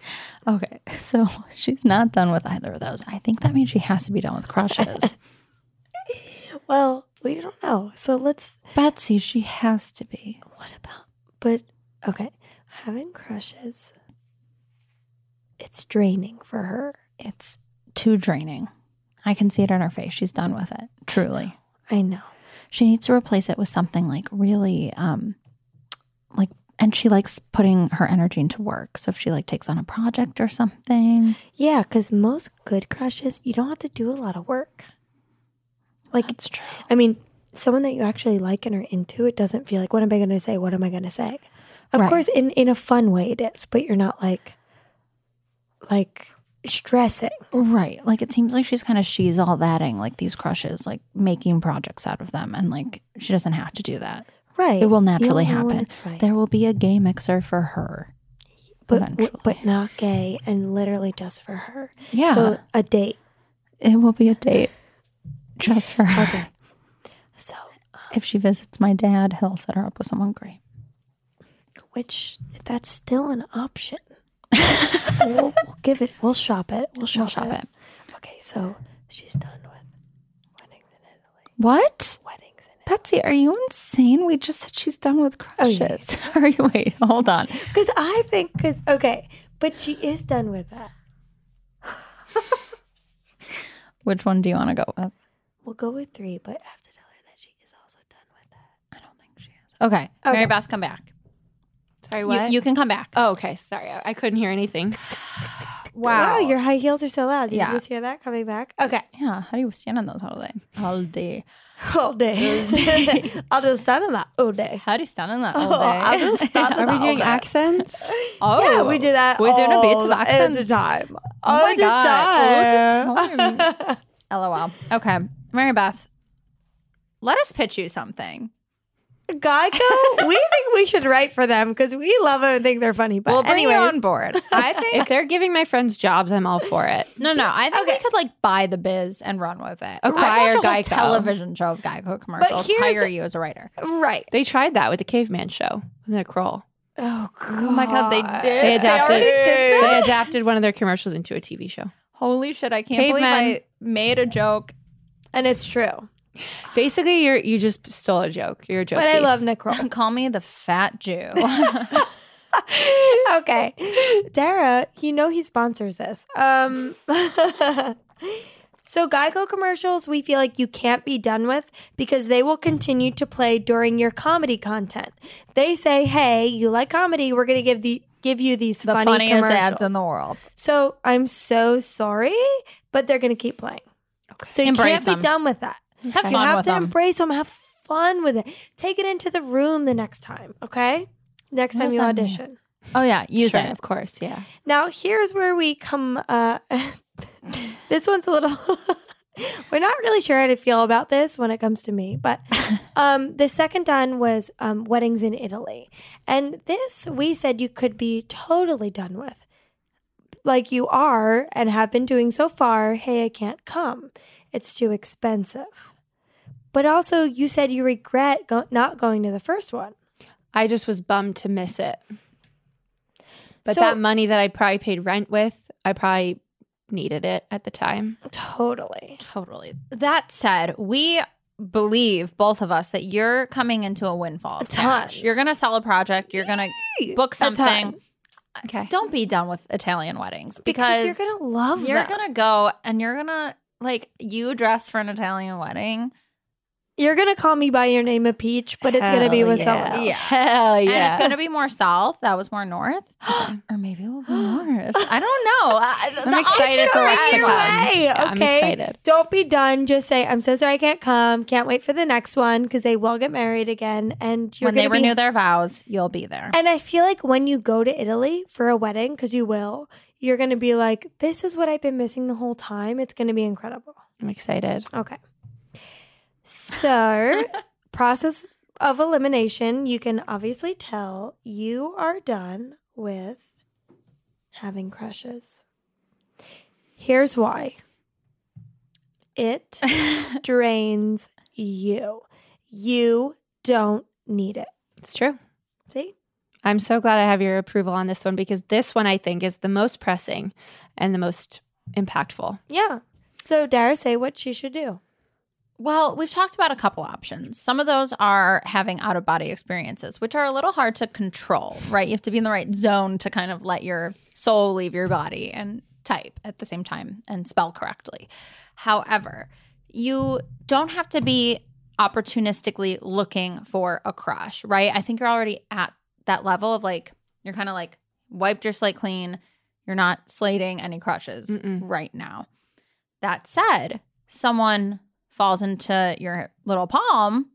S2: [laughs] okay, so she's not done with either of those. I think that means she has to be done
S3: [laughs]
S2: with crushes.
S3: Well, we don't know. So let's
S2: Betsy, she has to be.
S3: What about? But okay, having crushes. It's draining for her.
S2: It's too draining. I can see it on her face. She's done with it. Truly.
S3: I know.
S2: she needs to replace it with something like really um like and she likes putting her energy into work so if she like takes on a project or something
S3: Yeah, because most good crushes, you don't have to do a lot of work. Like,
S2: it's true
S3: I mean, someone that you actually like and are into, it doesn't feel like, what am I going to say? What am I going to say? Of
S2: Right.
S3: course, in in a fun way it is, but you're not like, like stressing.
S2: right like it seems like she's kind of she's all thatting like these crushes like making projects out of them and like she doesn't have to do that
S3: Right.
S2: it will
S3: You'll
S2: naturally
S3: know when
S2: happen
S3: it's right.
S2: there will be a gay mixer for her
S3: but,
S2: eventually
S3: but not gay and literally just for her.
S2: yeah
S3: So a date.
S2: [sighs] it will be a date just for her
S3: Okay. So,
S2: if she visits my dad he'll set her up with someone great
S3: which that's still an
S2: [laughs]
S3: option. we'll, we'll give it. We'll shop it. We'll shop,
S2: we'll shop it
S3: Okay, so she's done with weddings in Italy.
S2: what
S3: Weddings in Italy.
S2: Betsy, are you insane? We just said she's done with
S3: yeah.
S2: crushes. [laughs] Are you wait, hold on.
S3: Because I think, because okay, but she is done with that.
S2: Which one do you want to go with?
S3: We'll go with three, but I have to tell her that she is also done with that.
S2: I don't think she is. Okay. Mary
S3: Okay.
S2: Beth, come back.
S5: Sorry,
S2: You,
S5: what?
S2: you can come back.
S5: oh, okay. Sorry, I, I couldn't hear anything.
S3: Wow, your high heels are so loud. Did
S2: Yeah.
S3: you just hear that coming back? [laughs] Okay.
S2: yeah. How do you stand on those all day? All day.
S3: All
S2: [laughs]
S3: day. I'll just stand on that all day.
S2: How do you stand on that
S3: all Oh, day? I will stand on
S5: Are we
S3: All
S5: doing
S3: that. [laughs]
S5: accents?
S2: Oh,
S3: yeah, we do that.
S2: We're doing a bit of
S3: all
S2: accents.
S3: the time.
S2: Oh [laughs] my
S3: All the
S2: God. All the
S3: time.
S2: [laughs] LOL. Okay. Mary Beth, let us pitch you something.
S3: Geico, we think we should write for them because we love them and think they're funny. But
S2: We'll bring
S3: anyway,
S2: you on [laughs] board. I think
S5: if they're giving my friends jobs, I'm all for it.
S2: no, no. I think we
S3: Okay.
S2: could like buy the biz and run with it.
S5: Acquire
S2: I watch a whole
S5: Geico.
S2: television show of Geico commercials.
S3: here's
S2: hire
S3: the-
S2: you as a writer.
S3: right?
S5: They tried that with the caveman show. Wasn't it Kroll?
S3: Oh god!
S2: Oh my god, they did.
S5: They adapted.
S2: already did that.
S5: They adapted one of their commercials into a TV show.
S2: Holy shit! I can't believe
S5: Cavemen.
S2: I made a joke.
S3: and it's true.
S5: Basically, you're you just stole a joke. You're a joke.
S3: But I
S5: thief.
S3: love Nick
S2: [laughs]
S3: Kroll.
S2: [clears throat] Call me the fat [laughs] Jew.
S3: okay, Dara, you know he sponsors this. Um, [laughs] so Geico commercials, we feel like you can't be done with because they will continue to play during your comedy content. They say, "Hey, you like comedy? We're going to give the give you these
S2: the
S3: funny
S2: funniest ads
S3: commercials."
S2: in the world.
S3: So I'm so sorry, but they're going to keep playing. Okay. So you can't
S2: Embrace them.
S3: be done with that.
S2: Have
S3: You
S2: fun
S3: have
S2: with
S3: to
S2: them.
S3: embrace them. Have fun with it. Take it into the room the next time. Okay. Next
S2: What
S3: time
S2: does
S3: you
S2: that mean?
S3: audition.
S2: oh yeah, use
S5: Sure,
S2: it.
S5: of course. Yeah.
S3: Now here's where we come. Uh, [laughs] this one's a little. [laughs] we're not really sure how to feel about this when it comes to me, but um, the second done was um, weddings in Italy, and this we said you could be totally done with, like you are and have been doing so far. Hey, I can't come; it's too expensive. But also, you said you regret go- not going to the first one.
S5: I just was bummed to miss it. But
S3: So-
S5: that money that I probably paid rent with, I probably needed it at the time.
S3: Totally.
S2: Totally. That said, we believe both of us that you're coming into a windfall. of
S3: ton.
S2: cash. You're gonna sell a project. You're gonna book
S3: ton.
S2: something.
S5: Okay.
S2: Don't be done with Italian weddings
S3: Because
S2: because,
S3: you're gonna love
S2: you're
S3: them.
S2: gonna go and you're gonna like you dress for an Italian wedding.
S3: You're gonna call me by your name a peach, but it's gonna be
S5: Hell
S3: with
S5: yeah.
S3: someone else.
S2: Yeah.
S5: Hell yeah.
S2: And it's gonna be more south. That was more north,
S3: [gasps]
S2: or maybe it will be north. I don't
S3: [laughs]
S2: know. I,
S5: I'm excited for what's to
S3: Either
S5: come.
S3: way,
S5: Yeah, I'm
S3: okay.
S5: excited.
S3: Don't be done. Just say, "I'm so sorry, I can't come. Can't wait for the next one because they will get married again." And you're
S2: when they
S3: gonna be-
S2: renew their vows, you'll be there.
S3: And I feel like when you go to Italy for a wedding, because you will, you're gonna be like, "This is what I've been missing the whole time. It's gonna be incredible."
S5: I'm excited.
S3: Okay. So, process of elimination, you can obviously tell you are done with having crushes. Here's why it drains you. You don't need it.
S5: It's true.
S3: See?
S5: I'm so glad I have your approval on this one because this one I think is the most pressing and the most impactful.
S3: Yeah. So, Dara, say what she should do.
S2: Well, we've talked about a couple options. Some of those are having out of body experiences, which are a little hard to control, right? You have to be in the right zone to kind of let your soul leave your body and type at the same time and spell correctly. However, you don't have to be opportunistically looking for a crush, right? I think you're already at that level of like, you're kind of like wiped your slate clean. You're not slating any crushes
S5: Mm-mm.
S2: right now. That said, someone falls into your little palm,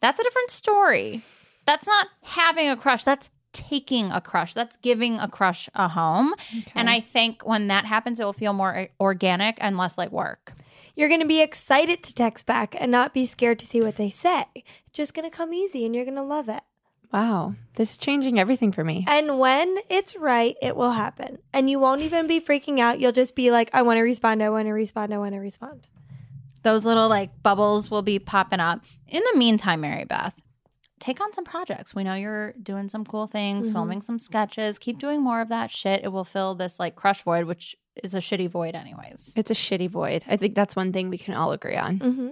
S2: that's a different story. That's not having a crush. That's taking a crush. That's giving a crush a home. And I think when that happens, it will feel more eh, organic and less like work.
S3: You're going to be excited to text back and not be scared to see what they say. It's just going to come easy and you're going to love it.
S5: Wow. This is changing everything for me.
S3: And when it's right, it will happen. And you won't even be freaking out. You'll just be like, I want to respond. I want to respond. I want to respond.
S2: Those little like bubbles will be popping up. In the meantime, Mary Beth, take on some projects. We know you're doing some cool things,
S3: Mhm.
S2: filming some sketches. Keep doing more of that shit. It will fill this like crush void, which is a shitty void, anyways.
S5: It's a shitty void. I think that's one thing we can all agree on.
S3: hmm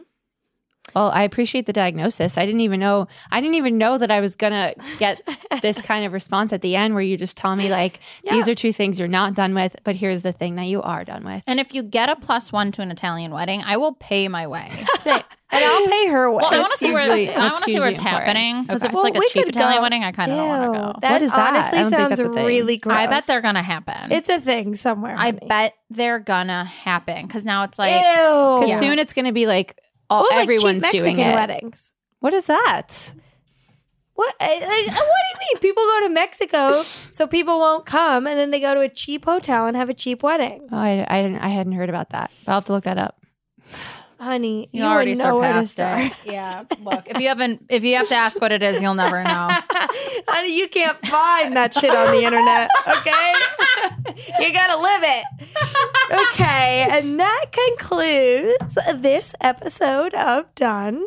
S5: Well, I appreciate the diagnosis. I didn't even know I didn't even know that I was gonna
S3: [laughs]
S5: get this kind of response at the end where you just tell me like these are two things you're not done with, but here's the thing that you are done with.
S2: And if you get a plus one to an Italian wedding, I will pay
S3: [laughs]
S2: my way.
S3: And I'll pay her way.
S2: Well, I want to
S5: That's
S2: see where
S5: usually-
S2: I want
S5: that's
S2: to see where
S5: usually
S2: it's
S5: important.
S2: happening because
S5: Okay.
S2: if it's
S3: Well,
S2: like a
S3: we
S2: cheap
S3: could
S2: Italian
S3: go-
S2: wedding, I kind of don't
S3: Ew,
S2: want to go.
S3: That
S5: What is that?
S3: honestly
S5: I don't think
S3: sounds
S5: that's a thing.
S3: really gross.
S2: I bet they're gonna happen.
S3: It's a thing somewhere.
S2: I
S3: honey.
S2: bet they're gonna happen because now it's like
S3: Ew.
S5: Because soon it's gonna be like all,
S3: Well, like cheap
S5: everyone's
S3: Mexican
S5: doing it.
S3: weddings.
S5: What is that?
S3: What? I, I- what do you mean? People go to Mexico so people won't come, and then they go to a cheap hotel and have a cheap wedding.
S5: Oh, I, I didn't. I hadn't heard about that. I'll have to look that up.
S3: honey,
S2: You,
S3: you,
S2: already
S3: would know where to
S2: surpassed
S3: start.
S2: it. [laughs] Yeah. Look, if you haven't, if you have to ask what it is, you'll
S3: [laughs]
S2: never know.
S3: honey, you can't find that shit on the internet, okay? [laughs] you gotta live it. Okay, and that concludes this episode of Done. Um,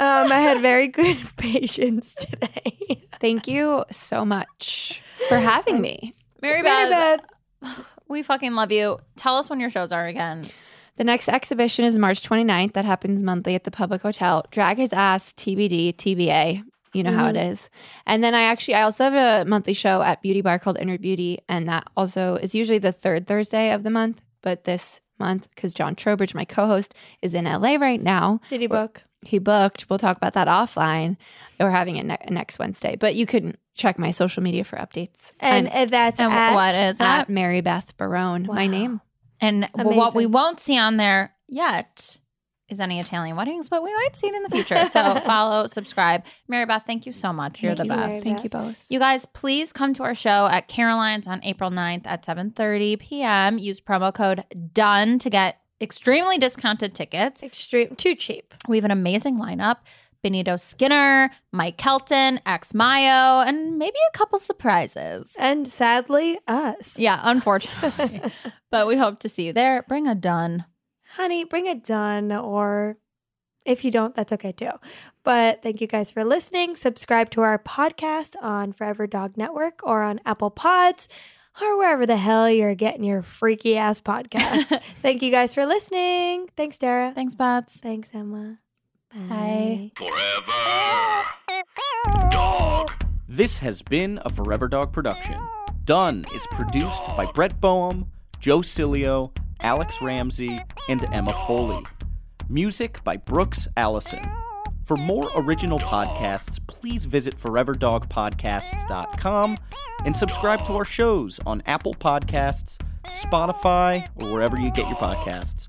S3: I had very good [laughs] patience today.
S5: Thank you so much for having me.
S2: Mary
S3: Mary
S2: Beth,
S3: Beth,
S2: we fucking love you. Tell us when your shows are again.
S5: The next exhibition is March 29th. That happens monthly at the Public Hotel. Drag His Ass, TBD, TBA. You know how it is. And then I actually, I also have a monthly show at Beauty Bar called Inner Beauty. And that also is usually the third Thursday of the month. But this month, because John Trowbridge, my co host, is in LA right now,
S3: did you book?
S5: he booked. We'll talk about that offline. We're having it ne- next Wednesday. But you can check my social media for updates.
S3: And
S5: I'm
S3: uh, that's
S2: And
S3: at
S2: what is that?
S5: at Mary Beth Barone, my
S3: Wow.
S5: name.
S2: And w- what we
S3: Amazing.
S2: won't see on there yet is any Italian weddings, but we might see it in the future.
S3: [laughs]
S2: So follow, subscribe. Mary Beth, thank you so much. You're
S3: Thank
S2: the
S3: you, Mary Beth.
S2: best.
S5: Thank you both.
S2: You guys, please come to our show at Caroline's on April 9th at 7:30 p.m. Use promo code DONE to get extremely discounted tickets.
S3: It's extreme, too cheap.
S2: We have an amazing lineup. Benito Skinner, Mike Kelton, X Mayo, and maybe a couple surprises.
S3: And sadly, us.
S2: Yeah,
S3: [laughs]
S2: unfortunately. but we hope to see you there. Bring a done.
S3: honey, bring it done. Or if you don't, that's okay too. But thank you guys for listening. Subscribe to our podcast on Forever Dog Network or on Apple Pods or wherever the hell you're getting your freaky ass
S2: [laughs]
S3: podcast. thank you guys for listening. Thanks, Dara.
S2: Thanks, bots.
S3: Thanks, Emma.
S2: Bye.
S1: Forever. Dog.
S6: This has been a Forever Dog production. Done is produced by Brett Boehm, Joe Cilio, Alex Ramsey, and Emma Foley. Music by Brooks Allison. For more original podcasts, please visit foreverdogpodcasts.com and subscribe to our shows on Apple Podcasts, Spotify, or wherever you get your podcasts.